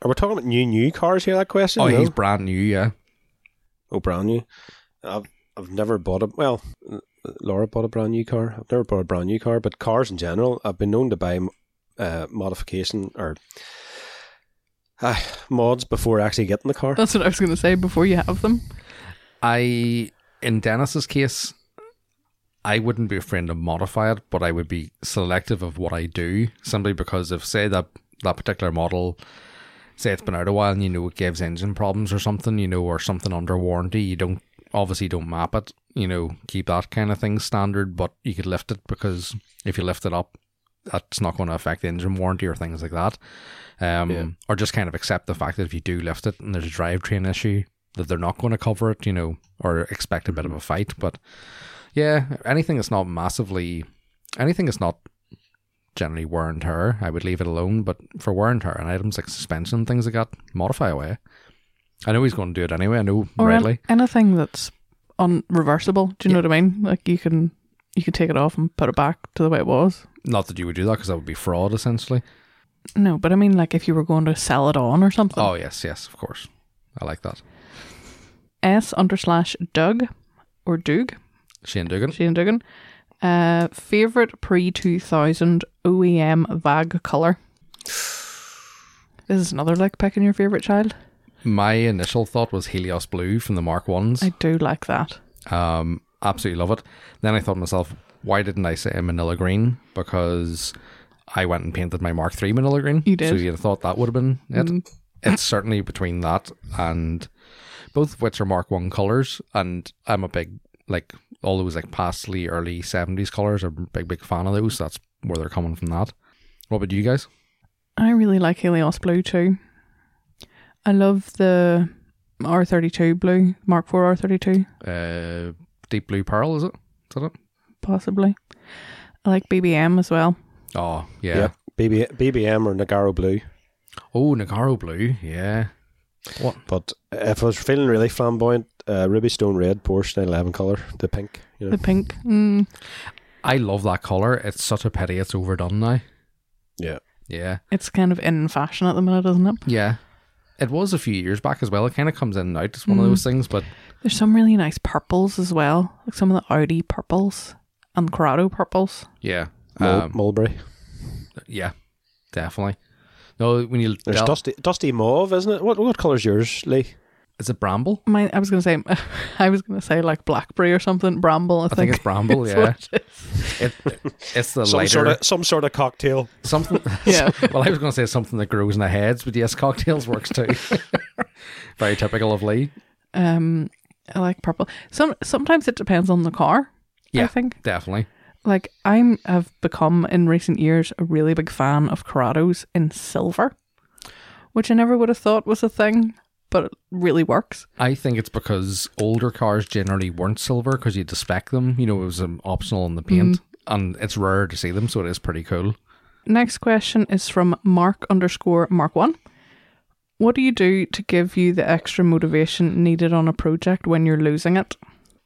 Speaker 3: Are we talking about new new cars here? That question.
Speaker 1: Oh,
Speaker 3: No?
Speaker 1: he's brand new, yeah.
Speaker 3: oh brand new. I've I've never bought a well. Laura bought a brand new car. I've never bought a brand new car, but cars in general, I've been known to buy uh, modification or uh, mods before actually getting the car.
Speaker 2: That's what I was going to say before you have them.
Speaker 1: I in Dennis's case, I wouldn't be afraid to modify it, but I would be selective of what I do simply because if say that that particular model say it's been out a while and you know it gives engine problems or something, you know, or something under warranty, you don't obviously don't map it, you know, keep that kind of thing standard, but you could lift it because if you lift it up, that's not going to affect the engine warranty or things like that. Um,
Speaker 3: Yeah.
Speaker 1: Or just kind of accept the fact that if you do lift it and there's a drivetrain issue, that they're not going to cover it, you know, or expect a bit of a fight. But yeah, anything that's not massively, anything that's not generally wear and tear, I would leave it alone. But for wear and tear and items like suspension and things like that, modify away. I know he's going to do it anyway. I know
Speaker 2: Or an-
Speaker 1: rightly.
Speaker 2: anything that's unreversible. Do you know what I mean? Like you can you can take it off and put it back to the way it was.
Speaker 1: Not that you would do that because that would be fraud, essentially.
Speaker 2: No, but I mean like if you were going to sell it on or something.
Speaker 1: Oh yes, yes, of course. I like that.
Speaker 2: S under slash Doug or Doug,
Speaker 1: Shane Dugan.
Speaker 2: Shane Dugan. Uh, favorite pre two thousand OEM VAG color. This is another like picking your favorite child.
Speaker 1: My initial thought was Helios Blue from the Mark Ones.
Speaker 2: I do like that.
Speaker 1: Um, absolutely love it. Then I thought to myself, why didn't I say Manila Green? Because I went and painted my Mark III Manila Green.
Speaker 2: You did. Mm.
Speaker 1: So you'd have thought that would have been it. It's certainly between that and both of which are Mark One colors, and I'm a big like all those like pastely early seventies colors. I'm a big big fan of those. That's where they're coming from. That. What about you guys?
Speaker 2: I really like Helios blue too. I love the R32 blue, Mark IV R32,
Speaker 1: Uh, deep blue pearl is it? Is that it?
Speaker 2: possibly. I like BBM as well.
Speaker 1: Oh yeah.
Speaker 3: Yep. BB, BBM or Nagaro Blue.
Speaker 1: Oh Nagaro blue. Yeah. What?
Speaker 3: But if I was feeling really flamboyant, uh, Ruby Stone Red Porsche 911 color, the pink. You know.
Speaker 2: The pink. Mm,
Speaker 1: I love that color. It's such a pity it's overdone now.
Speaker 3: Yeah.
Speaker 1: Yeah.
Speaker 2: it's kind of in fashion at the minute, isn't it?
Speaker 1: Yeah. It was a few years back as well. It kind of comes in and out. It's one of
Speaker 2: Mhm.
Speaker 1: those things, but
Speaker 2: There's some really nice purples as well, like some of the Audi purples and Corrado purples.
Speaker 1: yeah.
Speaker 3: Mul-
Speaker 1: Um,
Speaker 3: Mulberry.
Speaker 1: yeah. Definitely. No, when you
Speaker 3: There's
Speaker 1: del-
Speaker 3: dusty dusty mauve, isn't it? What what colour's yours, Lee?
Speaker 1: is it bramble?
Speaker 2: My, I was gonna say, [laughs] I was gonna say like blackberry or something, bramble. I,
Speaker 1: I think [laughs] it's bramble. yeah,
Speaker 2: what it is.
Speaker 1: it, it's the
Speaker 3: [laughs] Some
Speaker 1: lighter
Speaker 3: sort of some sort of cocktail.
Speaker 1: [laughs] something.
Speaker 2: Yeah.
Speaker 1: well, I was going to say something that grows in the heads, but yes, cocktails works too. [laughs] Very typical of Lee.
Speaker 2: Um, I like purple. Some sometimes it depends on the car. I
Speaker 1: Yeah.
Speaker 2: think.
Speaker 1: Definitely.
Speaker 2: Like I'm have become in recent years a really big fan of Corrados in silver, which I never would have thought was a thing, but it really works.
Speaker 1: I think it's because older cars generally weren't silver because you had to spec them. You know, it was um, optional on the paint, and it's rare to see them, so it is pretty cool.
Speaker 2: Next question is from Mark underscore Mark One. What do you do to give you the extra motivation needed on a project when you're losing it?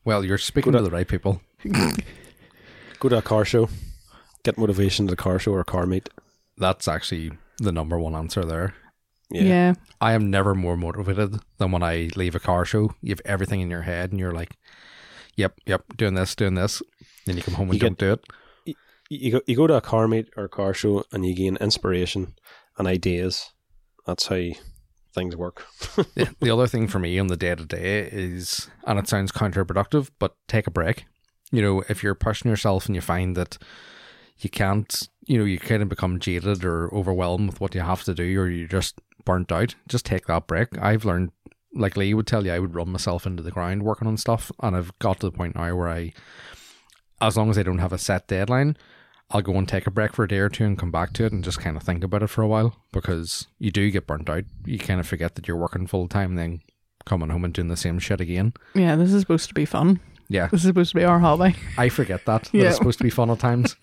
Speaker 1: Well, you're speaking to the right people.
Speaker 3: Go to a car show. Get motivation to the car show or a car meet.
Speaker 1: That's actually the number one answer there.
Speaker 3: Yeah.
Speaker 2: yeah.
Speaker 1: I am never more motivated than when I leave a car show. You have everything in your head, and you're like, "Yep, yep, doing this, doing this." Then you come home and
Speaker 3: You
Speaker 1: don't
Speaker 3: get-
Speaker 1: do it.
Speaker 3: You go you go to a car meet or a car show and you gain inspiration and ideas. That's how things work. [laughs]
Speaker 1: the, the other thing for me on the day to day is, and it sounds counterproductive, but take a break. You know, if you're pushing yourself and you find that you can't, you know, you kind of become jaded or overwhelmed with what you have to do, or you're just burnt out, just take that break. I've learned, like Lee would tell you, I would run myself into the ground working on stuff, and I've got to the point now where I as long as I don't have a set deadline, I'll go and take a break for a day or two and come back to it and just kind of think about it for a while because you do get burnt out. You kind of forget that you're working full time, then coming home and doing the same shit again.
Speaker 2: Yeah, this is supposed to be fun.
Speaker 1: Yeah,
Speaker 2: This is supposed to be our
Speaker 1: [laughs]
Speaker 2: hobby.
Speaker 1: I forget
Speaker 2: [laughs]
Speaker 1: that. that
Speaker 2: Yeah.
Speaker 1: it's supposed to be fun at
Speaker 2: [laughs]
Speaker 1: times.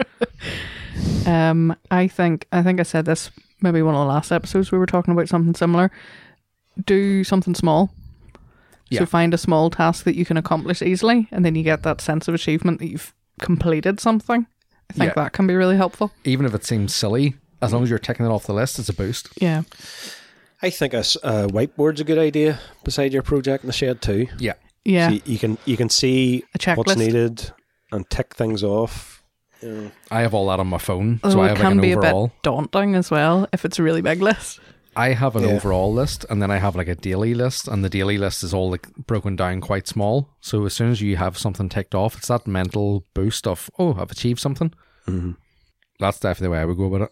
Speaker 2: Um, I think I think I said this maybe one of the last episodes we were talking about something similar. Do something small.
Speaker 1: Yeah.
Speaker 2: So find a small task that you can accomplish easily, and then you get that sense of achievement that you've completed something. I think
Speaker 1: Yeah.
Speaker 2: that can be really helpful.
Speaker 1: Even if it seems silly, as long as you're ticking it off the list, it's a boost.
Speaker 2: Yeah.
Speaker 3: I think a, s- a whiteboard's a good idea beside your project in the shed too.
Speaker 1: Yeah.
Speaker 2: Yeah.
Speaker 3: So you, you can you can see
Speaker 2: A checklist.
Speaker 3: what's needed and tick
Speaker 2: [laughs]
Speaker 3: things off. You know.
Speaker 1: I have all that on my phone,
Speaker 2: Although
Speaker 1: so I
Speaker 2: Oh, it
Speaker 1: have like
Speaker 2: can
Speaker 1: an
Speaker 2: be a
Speaker 1: overall.
Speaker 2: bit daunting as well if it's a really big list.
Speaker 1: I have an
Speaker 3: Yeah.
Speaker 1: overall list, and then I have like a daily list, and the daily list is all like broken down quite small. So as soon as you have something ticked off, it's that mental boost of oh, I've achieved something.
Speaker 3: Mhm.
Speaker 1: That's definitely the way I would go about it.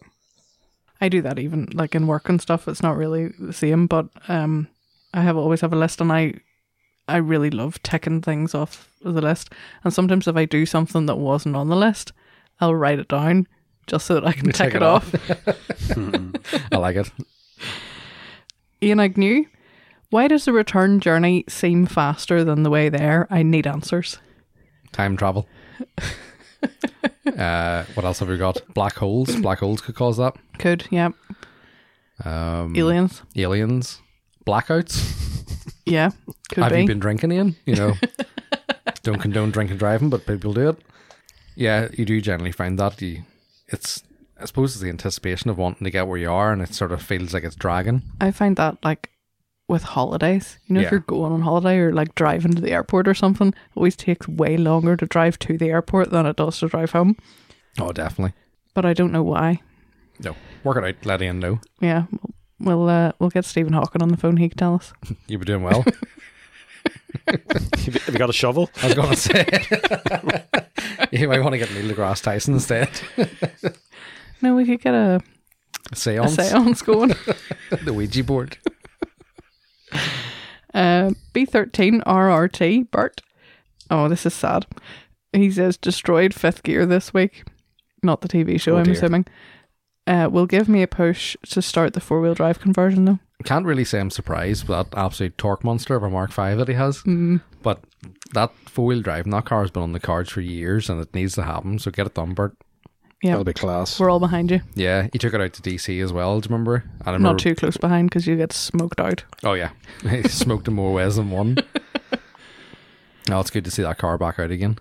Speaker 2: I do that even like in work and stuff. It's not really the same, but um, I have always have a list, and I I really love ticking things off the list. And sometimes if I do something that wasn't on the list, I'll write it down just so that I can tick, it off. [laughs]
Speaker 1: I like it.
Speaker 2: Ian Agnew, why does the return journey seem faster than the way there? I need answers.
Speaker 1: Time travel. uh, what else have we got? Black holes. Black holes could cause that.
Speaker 2: Could yeah,
Speaker 1: Um,
Speaker 2: aliens
Speaker 1: aliens. Blackouts.
Speaker 2: yeah could
Speaker 1: have
Speaker 2: be.
Speaker 1: you been drinking Ian? You know, don't condone drink and driving, but people do it. Yeah, you do generally find that. You, it's, I suppose, it's the anticipation of wanting to get where you are, and it sort of feels like it's dragging.
Speaker 2: I find that like with holidays, you know,
Speaker 1: Yeah.
Speaker 2: if you're going on holiday or like driving to the airport or something, it always takes way longer to drive to the airport than it does to drive home.
Speaker 1: Oh, definitely.
Speaker 2: But I don't know why.
Speaker 1: No, work it out. Let Ian know.
Speaker 2: Yeah, we'll uh, we'll get Stephen Hawking on the phone. He can tell us.
Speaker 1: You've been doing well.
Speaker 3: have, you, have you got a shovel?
Speaker 1: I was going to say. [laughs] you might want to get Neil deGrasse Tyson instead.
Speaker 2: No, we could get a, a
Speaker 1: Seance.
Speaker 2: seance
Speaker 3: [laughs]
Speaker 2: going.
Speaker 1: The Ouija board.
Speaker 2: Uh, B13 RRT, Bert. Oh, this is sad. He says destroyed fifth gear this week. Not the TV show,
Speaker 3: Oh,
Speaker 2: I'm
Speaker 3: dear.
Speaker 2: assuming. Uh, will give me a push to start the four wheel drive conversion though.
Speaker 1: Can't really say I'm surprised with that absolute torque monster of a Mark V that he has.
Speaker 2: Mm.
Speaker 1: But that four wheel drive, and that car has been on the cards for years, and it needs to happen. So get it done, Bert.
Speaker 2: Yeah,
Speaker 3: That'll be class.
Speaker 2: we're all behind you.
Speaker 1: Yeah, he took it out to DC as well. Do you remember? And I remember
Speaker 2: Not too close behind because you get smoked out.
Speaker 1: Oh yeah, [laughs] he smoked him more ways than one. [laughs] Now it's good to see that car back out again.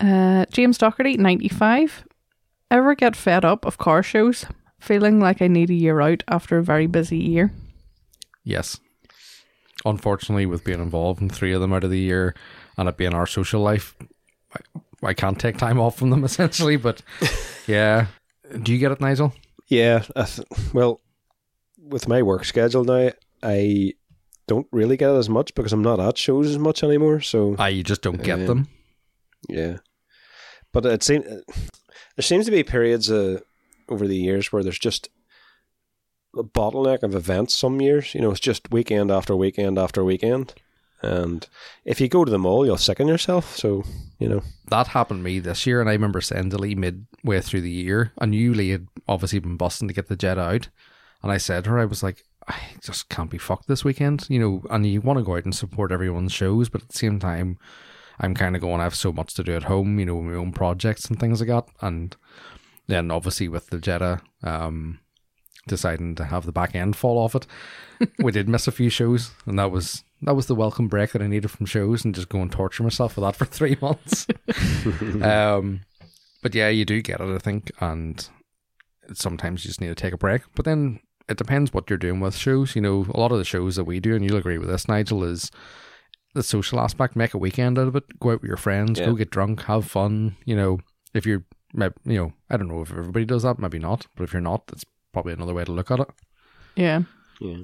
Speaker 2: Uh, James Doherty, 95. Ever get fed up of car shows? Feeling like I need a year out after a very busy year?
Speaker 1: Yes. Unfortunately, with being involved in three of them out of the year, and it being our social life, I, I can't take time off from them [laughs] essentially. But yeah, do you get it, Nigel?
Speaker 3: Yeah. I th- well, with my work schedule now, I don't really get it as much because I'm not at shows as much anymore. So
Speaker 1: I you just don't get
Speaker 3: Yeah.
Speaker 1: them.
Speaker 3: yeah, but it seems there seems to be periods uh, over the years where there's just a bottleneck of events. Some years, you know, it's just weekend after weekend after weekend, and if you go to them all, you'll sicken yourself. So you know,
Speaker 1: that happened to me this year, and I remember saying to Lee midway through the year, and you, Lee, had obviously been busting to get the jet out. And I said to her, I was like, I just can't be fucked this weekend, you know. And you want to go out and support everyone's shows, but at the same time, I'm kind of going, I have so much to do at home, you know, my own projects and things like that. And then obviously with the Jetta, um, deciding to have the back end fall off it, we did miss a few shows, and that was that was the welcome break that I needed from shows, and just go and torture myself with that for three [laughs] months. um, but yeah, you do get it, I think, and sometimes you just need to take a break. But then it depends what you're doing with shows. You know, a lot of the shows that we do, and you'll agree with this, Nigel, is the social aspect. Make a weekend out of it. Go out with your friends. Go
Speaker 3: Yeah.
Speaker 1: get drunk. Have fun. You know, if you're, may- you know, I don't know if everybody does that. Maybe not. But if you're not, that's probably another way to look at it.
Speaker 2: Yeah.
Speaker 3: Yeah.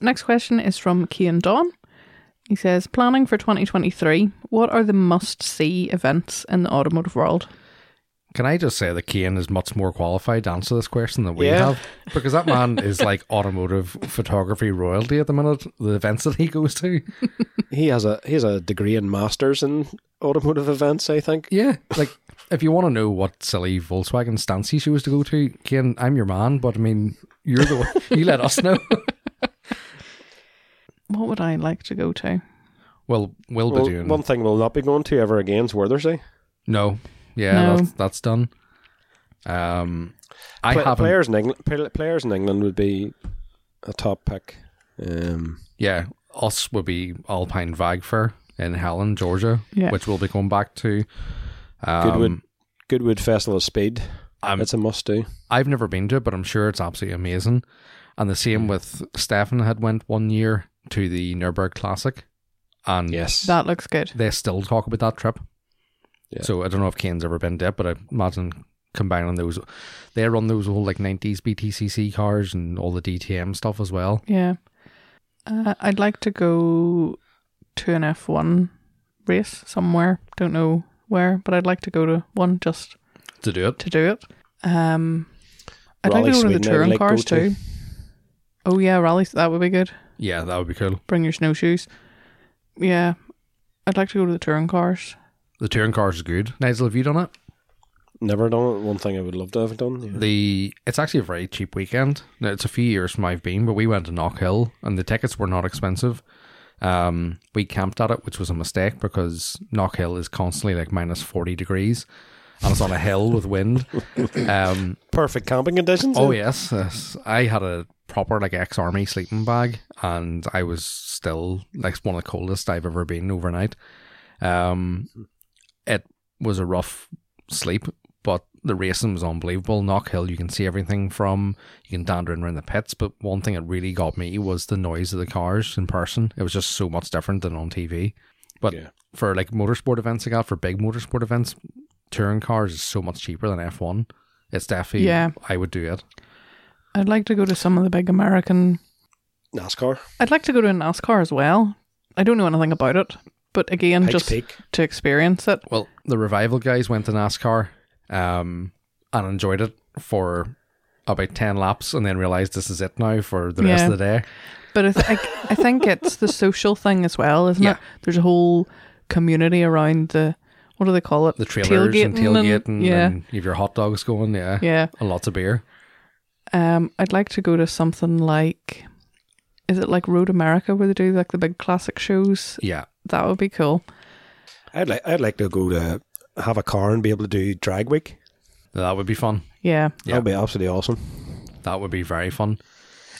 Speaker 2: Next question is from Kean Don. He says, planning for 2023, what are the must see events in the automotive world?
Speaker 1: Can I just say that Kane is much more qualified to answer this question than we
Speaker 3: Yeah.
Speaker 1: have? Because that man is like automotive photography royalty at the minute, the events that he goes to.
Speaker 3: he has a he has a degree in masters in automotive events. I think.
Speaker 1: Yeah. Like if you want to know what silly Volkswagen stance he chose to go to, Ken, I'm your man, but I mean, you're the one. you let us
Speaker 3: [laughs]
Speaker 1: know.
Speaker 2: What would I like to go to?
Speaker 1: Well, we'll,
Speaker 3: Well,
Speaker 1: be doing.
Speaker 3: one thing we'll not be going to ever again is Werthersey.
Speaker 1: no, yeah,
Speaker 2: No.
Speaker 1: That's, that's done. Um, I
Speaker 3: Pla-
Speaker 1: haven't.
Speaker 3: players in England. pl- Players in England would be a top pick. Um,
Speaker 1: Yeah, us would be Alpine Vagfair in Helen, Georgia,
Speaker 2: Yeah.
Speaker 1: which we'll be going back to. Um,
Speaker 3: Goodwood Goodwood Festival of Speed.
Speaker 1: I'm-
Speaker 3: it's a must eh? do.
Speaker 1: I've never been to it, but I'm sure it's absolutely amazing. And the same with Stefan had went one year to the Nuremberg Classic, and
Speaker 3: Yes.
Speaker 2: That looks good.
Speaker 1: they still talk about that trip.
Speaker 3: Yeah.
Speaker 1: So I don't know if Kane's ever been to it, but I imagine combining those, they run those old like '90s BTCC cars and all the DTM stuff as well.
Speaker 2: Yeah. Uh, I'd like to go to an F1 race somewhere. Don't know where, but I'd like to go to one just
Speaker 1: To do it,
Speaker 2: to do it. Um, I'd like
Speaker 3: Raleigh,
Speaker 2: to go to the
Speaker 3: Sweden, I'd
Speaker 2: touring
Speaker 3: like to go
Speaker 2: cars
Speaker 3: to.
Speaker 2: too. Oh, yeah, rallies. That would be good.
Speaker 1: yeah, that would be cool.
Speaker 2: Bring your snowshoes. Yeah. I'd like to go to the touring cars.
Speaker 1: The touring cars is good. Nigel, have you done it?
Speaker 3: Never done it. One thing I would love to have done. yeah.
Speaker 1: The it's actually a very cheap weekend. Now, it's a few years from I've been, but we went to Knock Hill and the tickets were not expensive. Um, we camped at it, which was a mistake because Knock Hill is constantly like minus forty degrees, and it's on a hill with wind. Um,
Speaker 3: Perfect camping conditions.
Speaker 1: oh
Speaker 3: eh?
Speaker 1: yes, yes. I had a proper like ex army sleeping bag, and I was still like one of the coldest I've ever been overnight. Um, it was a rough sleep, but the racing was unbelievable. Knock Hill, you can see everything from you can dander in around the pits, but one thing that really got me was the noise of the cars in person. It was just so much different than on TV. But
Speaker 3: Yeah.
Speaker 1: for like motorsport events, I got for big motorsport events, touring cars is so much cheaper than F one. It's definitely
Speaker 2: Yeah.
Speaker 1: I would do it.
Speaker 2: I'd like to go to some of the big American.
Speaker 3: NASCAR.
Speaker 2: I'd like to go to NASCAR as well. I don't know anything about it, but again,
Speaker 3: Pikes
Speaker 2: just
Speaker 3: Peak.
Speaker 2: to experience it.
Speaker 1: Well, the revival guys went to NASCAR um, and enjoyed it for about 10 laps and then realized this is it now for the rest
Speaker 2: Yeah.
Speaker 1: of the day.
Speaker 2: But I, th- I, I think it's the social thing as well, isn't
Speaker 1: Yeah.
Speaker 2: it? There's a whole community around the what do they call it?
Speaker 1: The trailers and tailgating and,
Speaker 2: yeah,
Speaker 1: you have your hot dogs going, yeah,
Speaker 2: yeah.
Speaker 1: and lots of beer.
Speaker 2: Um, I'd like to go to something like, is it like Road America where they do like the big classic shows?
Speaker 1: Yeah.
Speaker 2: That would be cool.
Speaker 3: I'd like. I'd like to go to have a car and be able to do drag week.
Speaker 1: That would be fun.
Speaker 2: Yeah,
Speaker 1: Yeah.
Speaker 3: That'd be absolutely awesome.
Speaker 1: That would be very fun.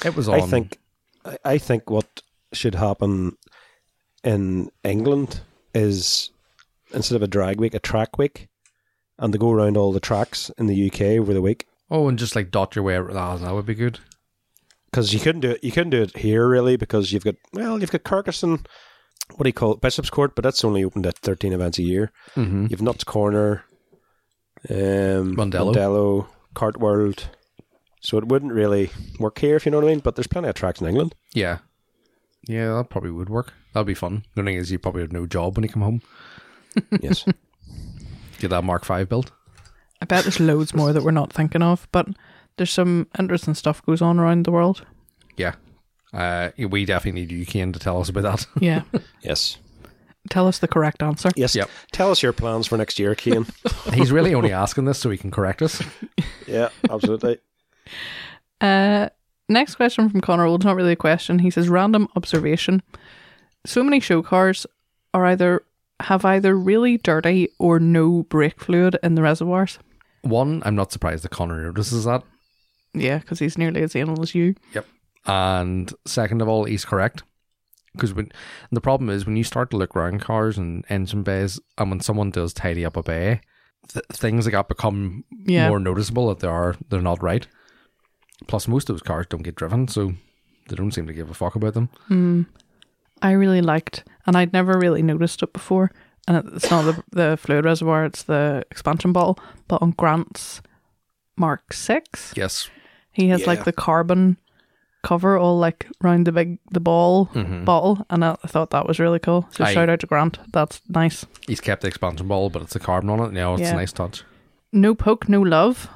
Speaker 1: It was on.
Speaker 3: I think. I- I think what should happen in England is instead of a drag week, a track week, and they go around all the tracks in the UK over the week.
Speaker 1: Oh, and just like dot your way. ar- ah, that would be good.
Speaker 3: because you couldn't do it. You couldn't do it here really because you've got well, you've got Kirkison. What do you call it, Bishop's Court? But that's only opened at thirteen events a year.
Speaker 1: Mm-hmm.
Speaker 3: You've Nuts Corner, um,
Speaker 1: Mondello.
Speaker 3: Mondello, Cart World. So it wouldn't really work here if you know what I mean. But there's plenty of tracks in
Speaker 1: [laughs]
Speaker 3: England.
Speaker 1: Yeah. Yeah, that probably would work. That'd be fun. The only thing is, you probably have no job when you come home.
Speaker 3: Yes,
Speaker 1: Get that Mark Five built.
Speaker 2: I bet there's loads more that we're not thinking of, but there's some interesting stuff goes on around the world.
Speaker 1: Yeah. Uh, we definitely need you, Kane, to tell us about that. [laughs]
Speaker 2: Yeah,
Speaker 3: yes,
Speaker 2: tell us the correct answer.
Speaker 3: yes.
Speaker 1: Yep.
Speaker 3: Tell us your plans for next year, Kean.
Speaker 1: He's really
Speaker 2: [laughs]
Speaker 1: only asking this so he can correct us.
Speaker 3: [laughs] yeah, absolutely.
Speaker 2: Uh, next question from Connor. Well, it's not really a question. He says, "Random observation: So many show cars are either have either really dirty or no brake fluid in the reservoirs."
Speaker 1: One, I'm not surprised that Connor notices that.
Speaker 2: Yeah, because he's nearly as anal as you.
Speaker 1: And second of all, he's correct. Because when the problem is when you start to look around cars and engine bays, and when someone does tidy up a bay, th- things that got become
Speaker 2: Yeah.
Speaker 1: more noticeable that they are they're not right. Plus, most of those cars don't get driven, so they don't seem to give a fuck about them.
Speaker 2: I really liked, and I'd never really noticed it before. And it- it's not the, the fluid reservoir; it's the expansion bottle. But on Grant's Mark Six,
Speaker 1: Yes,
Speaker 2: he has
Speaker 3: Yeah.
Speaker 2: like the carbon cover all like round the big the ball
Speaker 1: Mhm.
Speaker 2: bottle, and I thought that was really cool. So
Speaker 1: I-
Speaker 2: shout out to Grant. That's nice.
Speaker 1: he's kept the expansion ball, but it's a carbon on it. Yeah, it's
Speaker 2: Yeah.
Speaker 1: a nice touch.
Speaker 2: No poke, no love.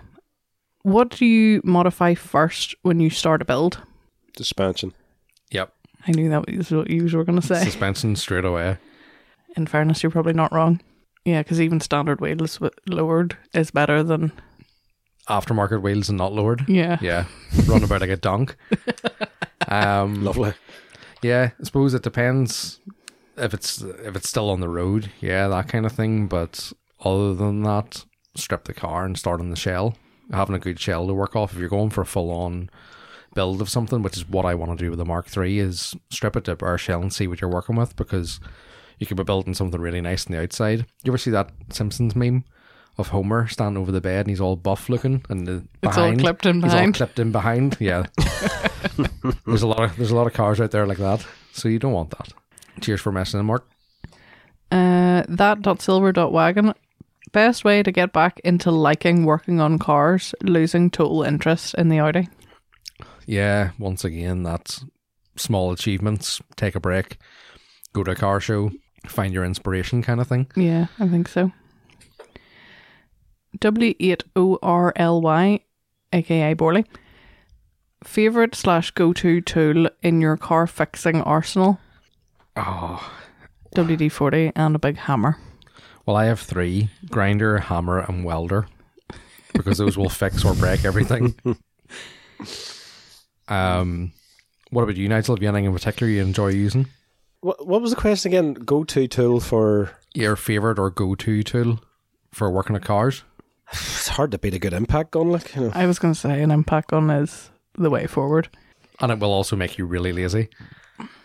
Speaker 2: What do you modify first when you start a build?
Speaker 3: Suspension.
Speaker 2: [laughs]
Speaker 1: Yep,
Speaker 2: I knew that was what you were going to say.
Speaker 1: suspension straight away.
Speaker 2: In fairness, you're probably not wrong. Yeah, because even standard wheels with lowered is better than
Speaker 1: Aftermarket wheels and not lowered.
Speaker 2: yeah.
Speaker 1: Yeah, run about like a donk.
Speaker 3: [laughs]
Speaker 1: Um,
Speaker 3: Lovely.
Speaker 1: Yeah, I suppose it depends if it's if it's still on the road. Yeah, that kind of thing. But other than that, strip the car and start on the shell. Having a good shell to work off. If you're going for a full on build of something, which is what I want to do with the Mark III, is strip it to a bare shell and see what you're working with because you could be building something really nice on the outside. You ever see that Simpsons meme of Homer standing over the bed and he's all buff looking and the
Speaker 2: It's all
Speaker 1: behind-
Speaker 2: clipped in
Speaker 1: He's all
Speaker 2: behind.
Speaker 1: clipped in behind.
Speaker 2: [laughs]
Speaker 1: Yeah. there's a lot of there's a lot of cars out there like that. So you don't want that. Cheers for messing them, Mark.
Speaker 2: Uh, that dot silver dot wagon. Best way to get back into liking working on cars, losing total interest in the Audi.
Speaker 1: Yeah, once again, that's small achievements. Take a break. Go to a car show. Find your inspiration kind of thing.
Speaker 2: Yeah, I think so. W eight O R L Y, aka Borley. Favorite slash go to tool in your car fixing arsenal?
Speaker 1: Oh.
Speaker 2: WD forty and a big hammer.
Speaker 1: Well, I have three grinder, hammer, and welder because those will fix or break [laughs] everything. um, what about you, Nigel? Have you anything in particular you enjoy using?
Speaker 3: What, what was the question again? Go to tool for.
Speaker 1: Your favorite or go to tool for working at cars?
Speaker 3: It's hard to beat a good impact gun, like, you know.
Speaker 2: I was going to say an impact gun is the way forward.
Speaker 1: And it will also make you really lazy.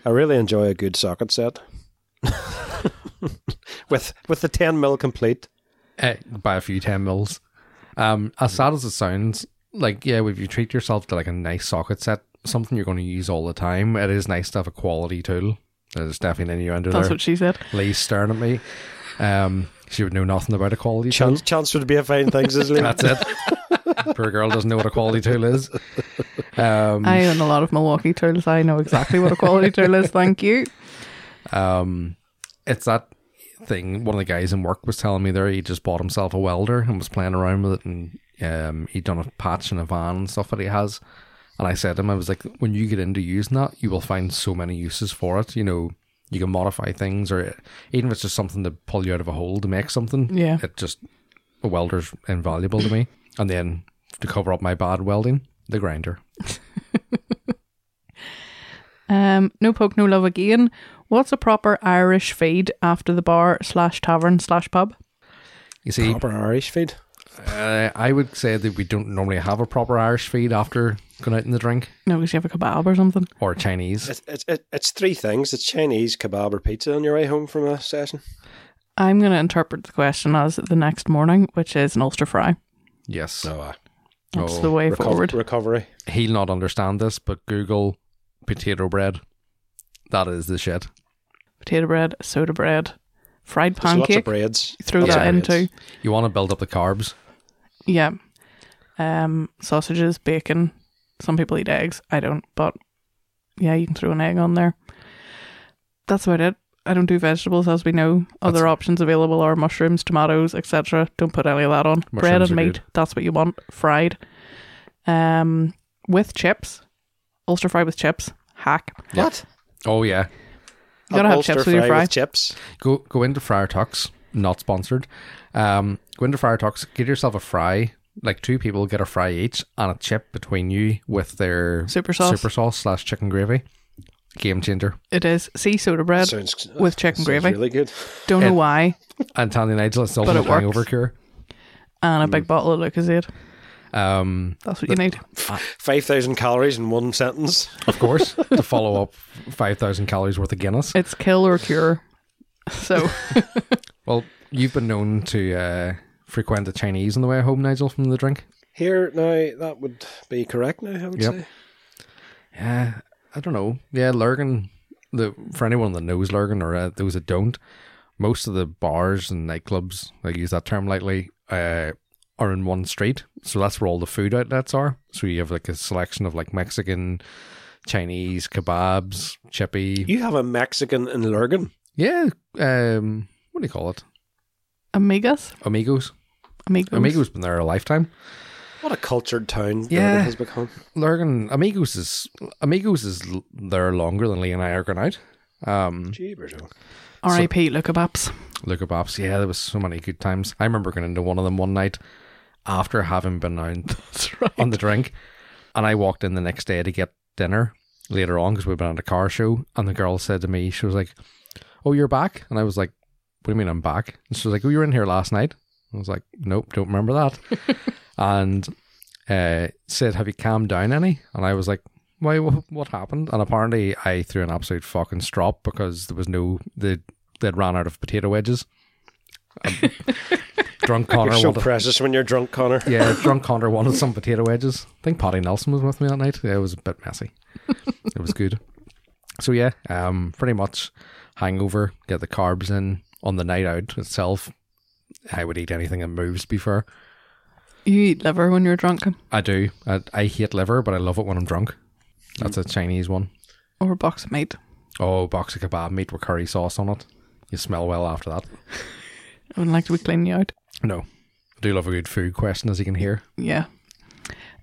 Speaker 3: I really enjoy a good socket set. [laughs] with with the 10 mil complete.
Speaker 1: eh, by a few 10 mils. Um, as sad as it sounds, like, yeah, if you treat yourself to like a nice socket set, something you're going to use all the time, it is nice to have a quality tool. There's definitely an innuendo
Speaker 2: That's
Speaker 1: there.
Speaker 2: what she said.
Speaker 1: Lee's staring at me. Um, she would know nothing about a quality tool.
Speaker 3: Chance, chance would be a fine things, isn't
Speaker 2: [laughs]
Speaker 3: it?
Speaker 1: That's it. Poor girl doesn't know what a quality tool is. Um,
Speaker 2: I own a lot of Milwaukee tools. I know exactly what a quality tool is. Thank you.
Speaker 1: um, it's that thing. One of the guys in work was telling me there. He just bought himself a welder and was playing around with it, and um, he'd done a patch in a van and stuff that he has. And I said to him, I was like, when you get into using that, you will find so many uses for it. You know, you can modify things, or even if it's just something to pull you out of a hole to make something.
Speaker 2: Yeah.
Speaker 1: it just a welder's invaluable to me. And then to cover up my bad welding, the grinder.
Speaker 2: Um, no poke, no love again. What's a proper Irish feed after the bar slash tavern slash pub?
Speaker 1: You see,
Speaker 3: Proper Irish feed.
Speaker 1: uh, I would say that we don't normally have a proper Irish feed after going out in the drink.
Speaker 2: No, because you have a kebab or something.
Speaker 1: or Chinese.
Speaker 3: It's, it's, it- it's three things. It's Chinese, kebab, or pizza on your way home from a session.
Speaker 2: I'm going to interpret the question as the next morning, which is an Ulster fry.
Speaker 1: Yes.
Speaker 3: uh,
Speaker 2: That's
Speaker 1: Oh,
Speaker 2: the way
Speaker 3: reco-
Speaker 2: forward.
Speaker 3: Recovery.
Speaker 1: He'll not understand this, but Google potato bread. That is the shit.
Speaker 2: Potato bread, soda bread, fried
Speaker 3: There's lots of
Speaker 2: pancake.
Speaker 3: breads.
Speaker 2: Throw
Speaker 3: Lots of
Speaker 2: that
Speaker 3: breads.
Speaker 2: into
Speaker 1: You want to build up the carbs.
Speaker 2: yeah, um, sausages, bacon. Some people eat eggs. I don't, but yeah, you can throw an egg on there. That's about it. I don't do vegetables, as we know. Other
Speaker 1: That's-
Speaker 2: options available are mushrooms, tomatoes, etc. Don't put any of that on. Bread
Speaker 1: Mushrooms
Speaker 2: and
Speaker 1: are
Speaker 2: meat.
Speaker 1: good.
Speaker 2: That's what you want. Fried, um, with chips. Ulster fry with chips. Hack.
Speaker 3: What?
Speaker 1: Oh yeah.
Speaker 2: You gotta have
Speaker 3: Ulster
Speaker 2: chips with your fry.
Speaker 3: With chips.
Speaker 1: Go go into Friar Tuck's. Not sponsored. Um, go into Friar Tuck's. Get yourself a fry. Like two people get a fry each and a chip between you with their
Speaker 2: Super sauce.
Speaker 1: super sauce slash chicken gravy. Game changer.
Speaker 2: It is sea soda bread.
Speaker 3: Sounds,
Speaker 2: with chicken
Speaker 3: sounds
Speaker 2: gravy.
Speaker 3: Really good.
Speaker 2: Don't know
Speaker 1: it-
Speaker 2: why.
Speaker 1: And Tanya Nigel, it's
Speaker 2: it
Speaker 1: also a
Speaker 2: works.
Speaker 1: hangover cure.
Speaker 2: And a big
Speaker 1: Mm.
Speaker 2: bottle of Lucozade.
Speaker 1: Um,
Speaker 2: That's what you need.
Speaker 3: Five thousand calories in one sentence.
Speaker 1: of course, to follow up [laughs] five thousand calories worth of Guinness.
Speaker 2: It's kill or cure. So
Speaker 1: Well, you've been known to uh, frequent the Chinese on the way home, Nigel, from the drink.
Speaker 3: Here now, that would be correct. Now I would
Speaker 1: Yep.
Speaker 3: say.
Speaker 1: Yeah, I don't know. Yeah, Lurgan. The for anyone that knows Lurgan or uh, those that don't, most of the bars and nightclubs, I use that term lightly, uh, are in one street. So that's where all the food outlets are. So you have like a selection of like Mexican, Chinese kebabs, chippy.
Speaker 3: You have a Mexican in Lurgan.
Speaker 1: Yeah. Um. What do you call it?
Speaker 2: Amigas?
Speaker 1: Amigos.
Speaker 2: Amigos.
Speaker 1: Amigos been there a lifetime.
Speaker 3: What a cultured town
Speaker 1: Yeah.
Speaker 3: Lurgan has become.
Speaker 1: Lurgan Amigos is Amigos is l- there longer than Lee and I are going out. Um,
Speaker 3: Jeebers, oh.
Speaker 2: R.I.P. Look up apps.
Speaker 1: Look up apps. Yeah, there was so many good times. I remember going into one of them one night after having been on, [laughs] on the drink, and I walked in the next day to get dinner later on because we'd been on a car show, and the girl said to me, she was like, "Oh, you're back," and I was like, "What do you mean I'm back?" And she was like, "Oh, you were in here last night." I was like, "Nope, don't remember that," and uh, said, "Have you calmed down any?" And I was like. Why? wh- What happened? And apparently, I threw an absolute fucking strop because there was no the they'd ran out of potato wedges. Um, drunk Connor
Speaker 3: You're so
Speaker 1: wanted-
Speaker 3: precious when you're drunk, Connor.
Speaker 1: yeah, drunk Connor wanted some potato wedges. I think Paddy Nelson was with me that night. Yeah, it was a bit messy. it was good. So yeah, um, pretty much hangover, get the carbs in on the night out itself. I would eat anything that moves. To be fair,
Speaker 2: You eat liver when you're drunk,
Speaker 1: I do. I, I hate liver, but I love it when I'm drunk. That's a Chinese one.
Speaker 2: or a box of meat.
Speaker 1: Oh, box of kebab meat with curry sauce on it. You smell well after that.
Speaker 2: I wouldn't like to be cleaning you out.
Speaker 1: No, I do love a good food question, as you can hear.
Speaker 2: Yeah.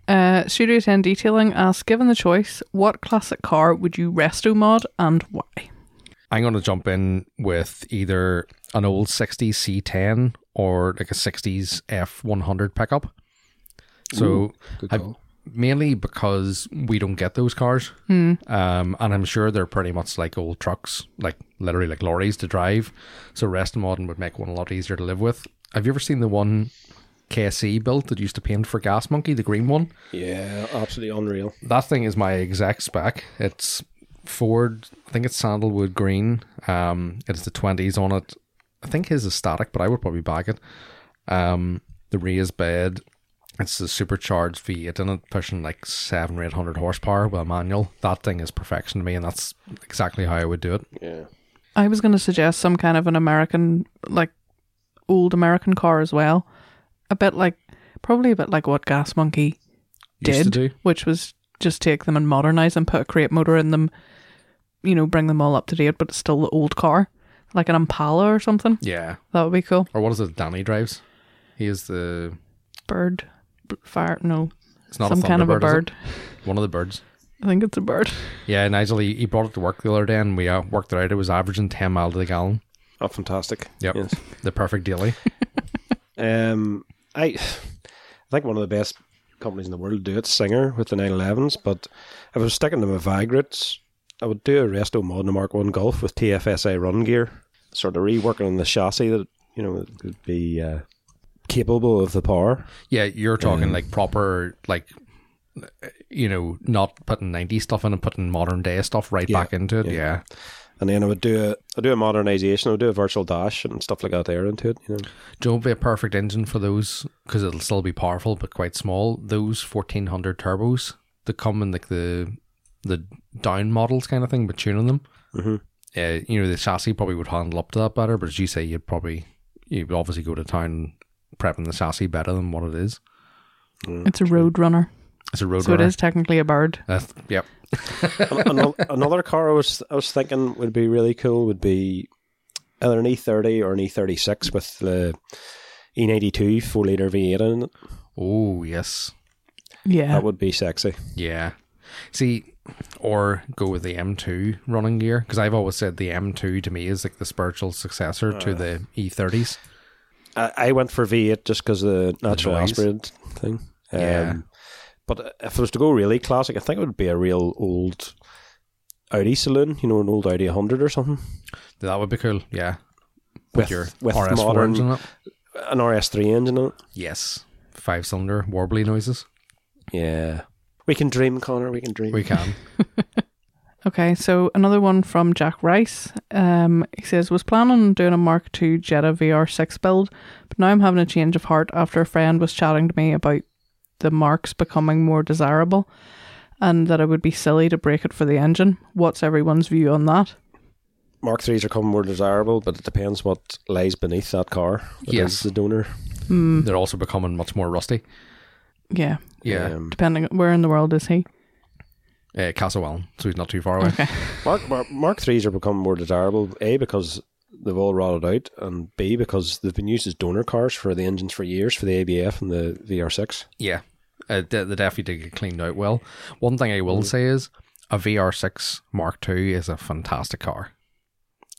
Speaker 2: Uh, Studio 10 Detailing asks, given the choice, what classic car would you resto mod and why?
Speaker 1: I'm going to jump in with either an old 60s C10 or like a 60s F100 pickup. So
Speaker 3: Good
Speaker 1: I-
Speaker 3: call.
Speaker 1: mainly because we don't get those cars. Um, and I'm sure they're pretty much like old trucks, like literally like lorries to drive. So Rest Modern would make one a lot easier to live with. Have you ever seen the one KSE built that used to paint for Gas Monkey, the green one?
Speaker 3: Yeah, absolutely unreal.
Speaker 1: that thing is my exact spec. It's Ford. I think it's sandalwood green. Um, it's the twenties on it. I think his is static, but I would probably bag it. Um, the raised bed. It's the supercharged V8 in it, pushing like seven or eight hundred horsepower with a manual. That thing is perfection to me, and that's exactly how I would do it.
Speaker 3: Yeah.
Speaker 2: I was going to suggest some kind of an American, like old American car as well. A bit like, probably a bit like what Gas Monkey
Speaker 1: Used
Speaker 2: did,
Speaker 1: to do.
Speaker 2: which was just take them and modernize them, put a crate motor in them, you know, bring them all up to date, but it's still the old car, like an Impala or something.
Speaker 1: Yeah.
Speaker 2: That would be cool.
Speaker 1: Or what is it? Danny drives. He is the.
Speaker 2: Bird, b- fire, no,
Speaker 1: It's not a
Speaker 2: some kind of a
Speaker 1: Thunderbird, is it?
Speaker 2: bird.
Speaker 1: One of the birds.
Speaker 2: I think it's a bird.
Speaker 1: Yeah, Nigel. He, he brought it to work the other day, and we uh, worked it out. It was averaging ten mile to the gallon.
Speaker 3: Oh, fantastic.
Speaker 1: Yep.
Speaker 3: Yes.
Speaker 1: The perfect daily.
Speaker 3: Um, I, I think one of the best companies in the world do it, Singer with the 911s. But if I was sticking to my Vag roots, I would do a resto mod in a Mark One Golf with TFSI run gear, sort of reworking on the chassis that you know would be uh, capable of the power.
Speaker 1: [laughs] Yeah, you're talking like proper, like, you know, not putting 90 stuff in and putting modern day stuff right
Speaker 3: Yeah,
Speaker 1: back into it. Yeah.
Speaker 3: yeah. And then I would do a I do a modernization. I would do a virtual dash and stuff like that there into it. You know,
Speaker 1: Don't be a perfect engine for those because it'll still be powerful but quite small. Those 1400 turbos that come in like the the down models kind of thing, but tuning them.
Speaker 3: Mhm.
Speaker 1: Uh, you know, the chassis probably would handle up to that better, but as you say, you'd probably, you'd obviously go to town prepping the chassis better than what it is. Mm,
Speaker 2: It's a road runner,
Speaker 1: It's a road
Speaker 2: so it is technically a bird.
Speaker 1: That's, yep.
Speaker 3: An- an- another car I was I was thinking would be really cool would be either an E30 or an E36 with the E E92 four liter V8 in it.
Speaker 1: Oh, yes.
Speaker 2: Yeah,
Speaker 3: That would be sexy.
Speaker 1: Yeah. See, or go with the M2 running gear because I've always said the M2 to me is like the spiritual successor to the E E30s.
Speaker 3: I, I went for V8 just because the natural
Speaker 1: noise.
Speaker 3: aspirated thing. Um,
Speaker 1: Yeah.
Speaker 3: But if I was to go really classic, I think it would be a real old Audi saloon. You know, an old Audi 100 or something
Speaker 1: That would be cool. Yeah.
Speaker 3: with with modern
Speaker 1: in it.
Speaker 3: an RS3 engine in it.
Speaker 1: Yes. Five cylinder warbly noises.
Speaker 3: Yeah. We can dream, Connor. We can dream.
Speaker 1: We
Speaker 3: [laughs]
Speaker 1: can.
Speaker 2: Okay, so another one from Jack Rice. Um, he says, Was planning on doing a Mark II Jetta VR6 build, but now I'm having a change of heart after a friend was chatting to me about the marks becoming more desirable and that it would be silly to break it for the engine. What's everyone's view on that?
Speaker 3: Mark threes are coming more desirable, but it depends what lies beneath that car. that is
Speaker 1: Yes.
Speaker 3: the donor.
Speaker 1: They're also becoming much more rusty.
Speaker 2: Hmm, Yeah,
Speaker 1: Yeah.
Speaker 3: Um,
Speaker 2: depending where in the world is he?
Speaker 1: Uh, Castlewellan, so he's not too far away.
Speaker 2: Okay. [laughs]
Speaker 3: Mark, Mark Mark threes are becoming more desirable. A because they've all rotted out, and B because they've been used as donor cars for the engines for years for the ABF and the VR6.
Speaker 1: Yeah, uh, they, they definitely did get cleaned out well. One thing I will say is a VR6 Mark II is a fantastic car.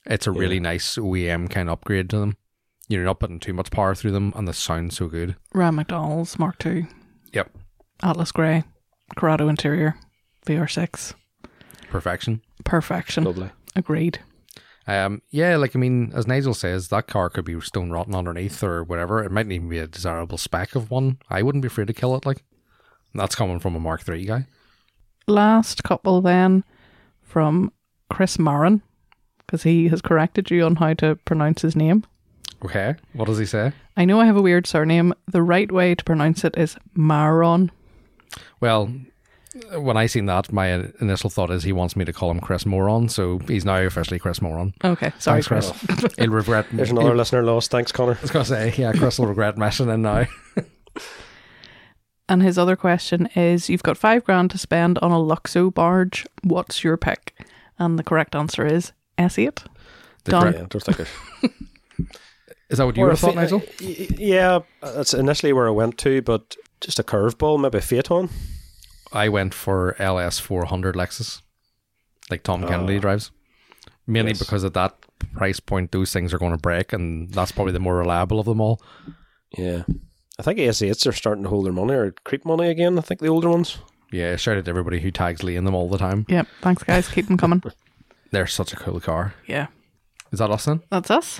Speaker 1: It's a really nice OEM kind of upgrade to them. You're not putting too much power through them, and the sound's so good.
Speaker 2: Ram McDonald's Mark II,
Speaker 1: Yep,
Speaker 2: Atlas Grey, Corrado interior, VR6.
Speaker 1: perfection. Mm.
Speaker 2: Perfection.
Speaker 3: Lovely.
Speaker 2: Agreed.
Speaker 1: Um, yeah, like I mean, as Nigel says, that car could be stone rotten underneath or whatever. It mightn't even be a desirable spec of one. I wouldn't be afraid to kill it. Like that's coming from a Mark III guy.
Speaker 2: Last couple then from Chris Marin, because he has corrected you on how to pronounce his name.
Speaker 1: Okay, what does he say?
Speaker 2: I know I have a weird surname. The right way to pronounce it is Maron.
Speaker 1: Well, when I seen that, my initial thought is he wants me to call him Chris Moron, so he's now officially Chris Moron.
Speaker 2: Okay, sorry,
Speaker 1: Thanks,
Speaker 2: Chris.
Speaker 1: Chris. [laughs] He'll regret.
Speaker 3: There's
Speaker 1: he'll-
Speaker 3: another listener lost. Thanks, Connor.
Speaker 1: I was gonna say, yeah, Chris will regret messing in now.
Speaker 2: And his other question is You've got five grand to spend on a Luxo barge. What's your pick? And the correct answer is S8.
Speaker 1: The
Speaker 2: Done.
Speaker 1: correct-
Speaker 3: Yeah,
Speaker 1: [laughs]
Speaker 3: just like a
Speaker 1: Is that what you would have thought, Nigel?
Speaker 3: Yeah, that's initially where I went to, but just a curveball, maybe a Phaeton.
Speaker 1: I went for LS four hundred Lexus, like Tom Kennedy drives, mainly
Speaker 3: Yes.
Speaker 1: because at that price point, those things are going to break, and that's probably the more reliable of them all.
Speaker 3: Yeah. I think AS8s are starting to hold their money or creep money again. I think the older ones.
Speaker 1: Yeah, shout out to everybody who tags Lee in them all the time.
Speaker 2: Yep, thanks, guys. Keep them
Speaker 3: [laughs]
Speaker 2: coming.
Speaker 1: They're such a cool car.
Speaker 2: Yeah,
Speaker 1: Is that us then?
Speaker 2: that's us.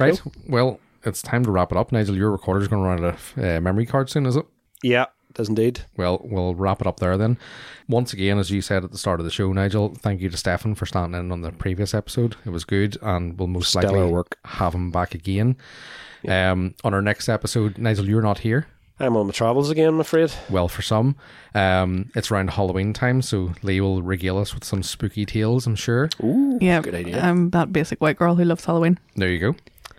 Speaker 1: Right. Well, it's time to wrap it up, Nigel. Your recorder's going to run out of uh, memory card soon, is it?
Speaker 3: Yeah, does indeed.
Speaker 1: Well, we'll wrap it up there then. Once again, as you said at the start of the show, Nigel, thank you to Stefan for standing in on the previous episode. It was good, and we'll most
Speaker 3: Stellar
Speaker 1: likely
Speaker 3: work.
Speaker 1: have him back again. Um, on our next episode, Nigel, you're not here.
Speaker 3: I'm on my travels again, I'm afraid.
Speaker 1: Well, for some, um, it's around Halloween time, so Lee will regale us with some spooky tales. I'm sure.
Speaker 3: Ooh.
Speaker 2: Yeah,
Speaker 3: Good idea.
Speaker 2: I'm that basic white girl who loves Halloween.
Speaker 1: There you go.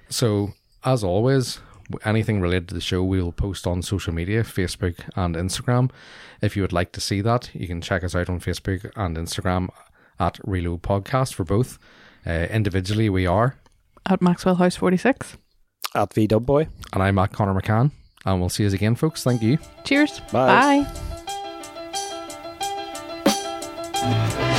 Speaker 1: So, as always, w- anything related to the show, we will post on social media Facebook and Instagram. If you would like to see that, you can check us out on Facebook and Instagram at Reload Podcast for both. Uh, individually, we are,
Speaker 2: At Maxwell House 46.
Speaker 3: At V Dub Boy.
Speaker 1: and I'm at Connor McCann, and we'll see you again, folks. Thank you.
Speaker 2: Cheers.
Speaker 3: Bye.
Speaker 2: Bye.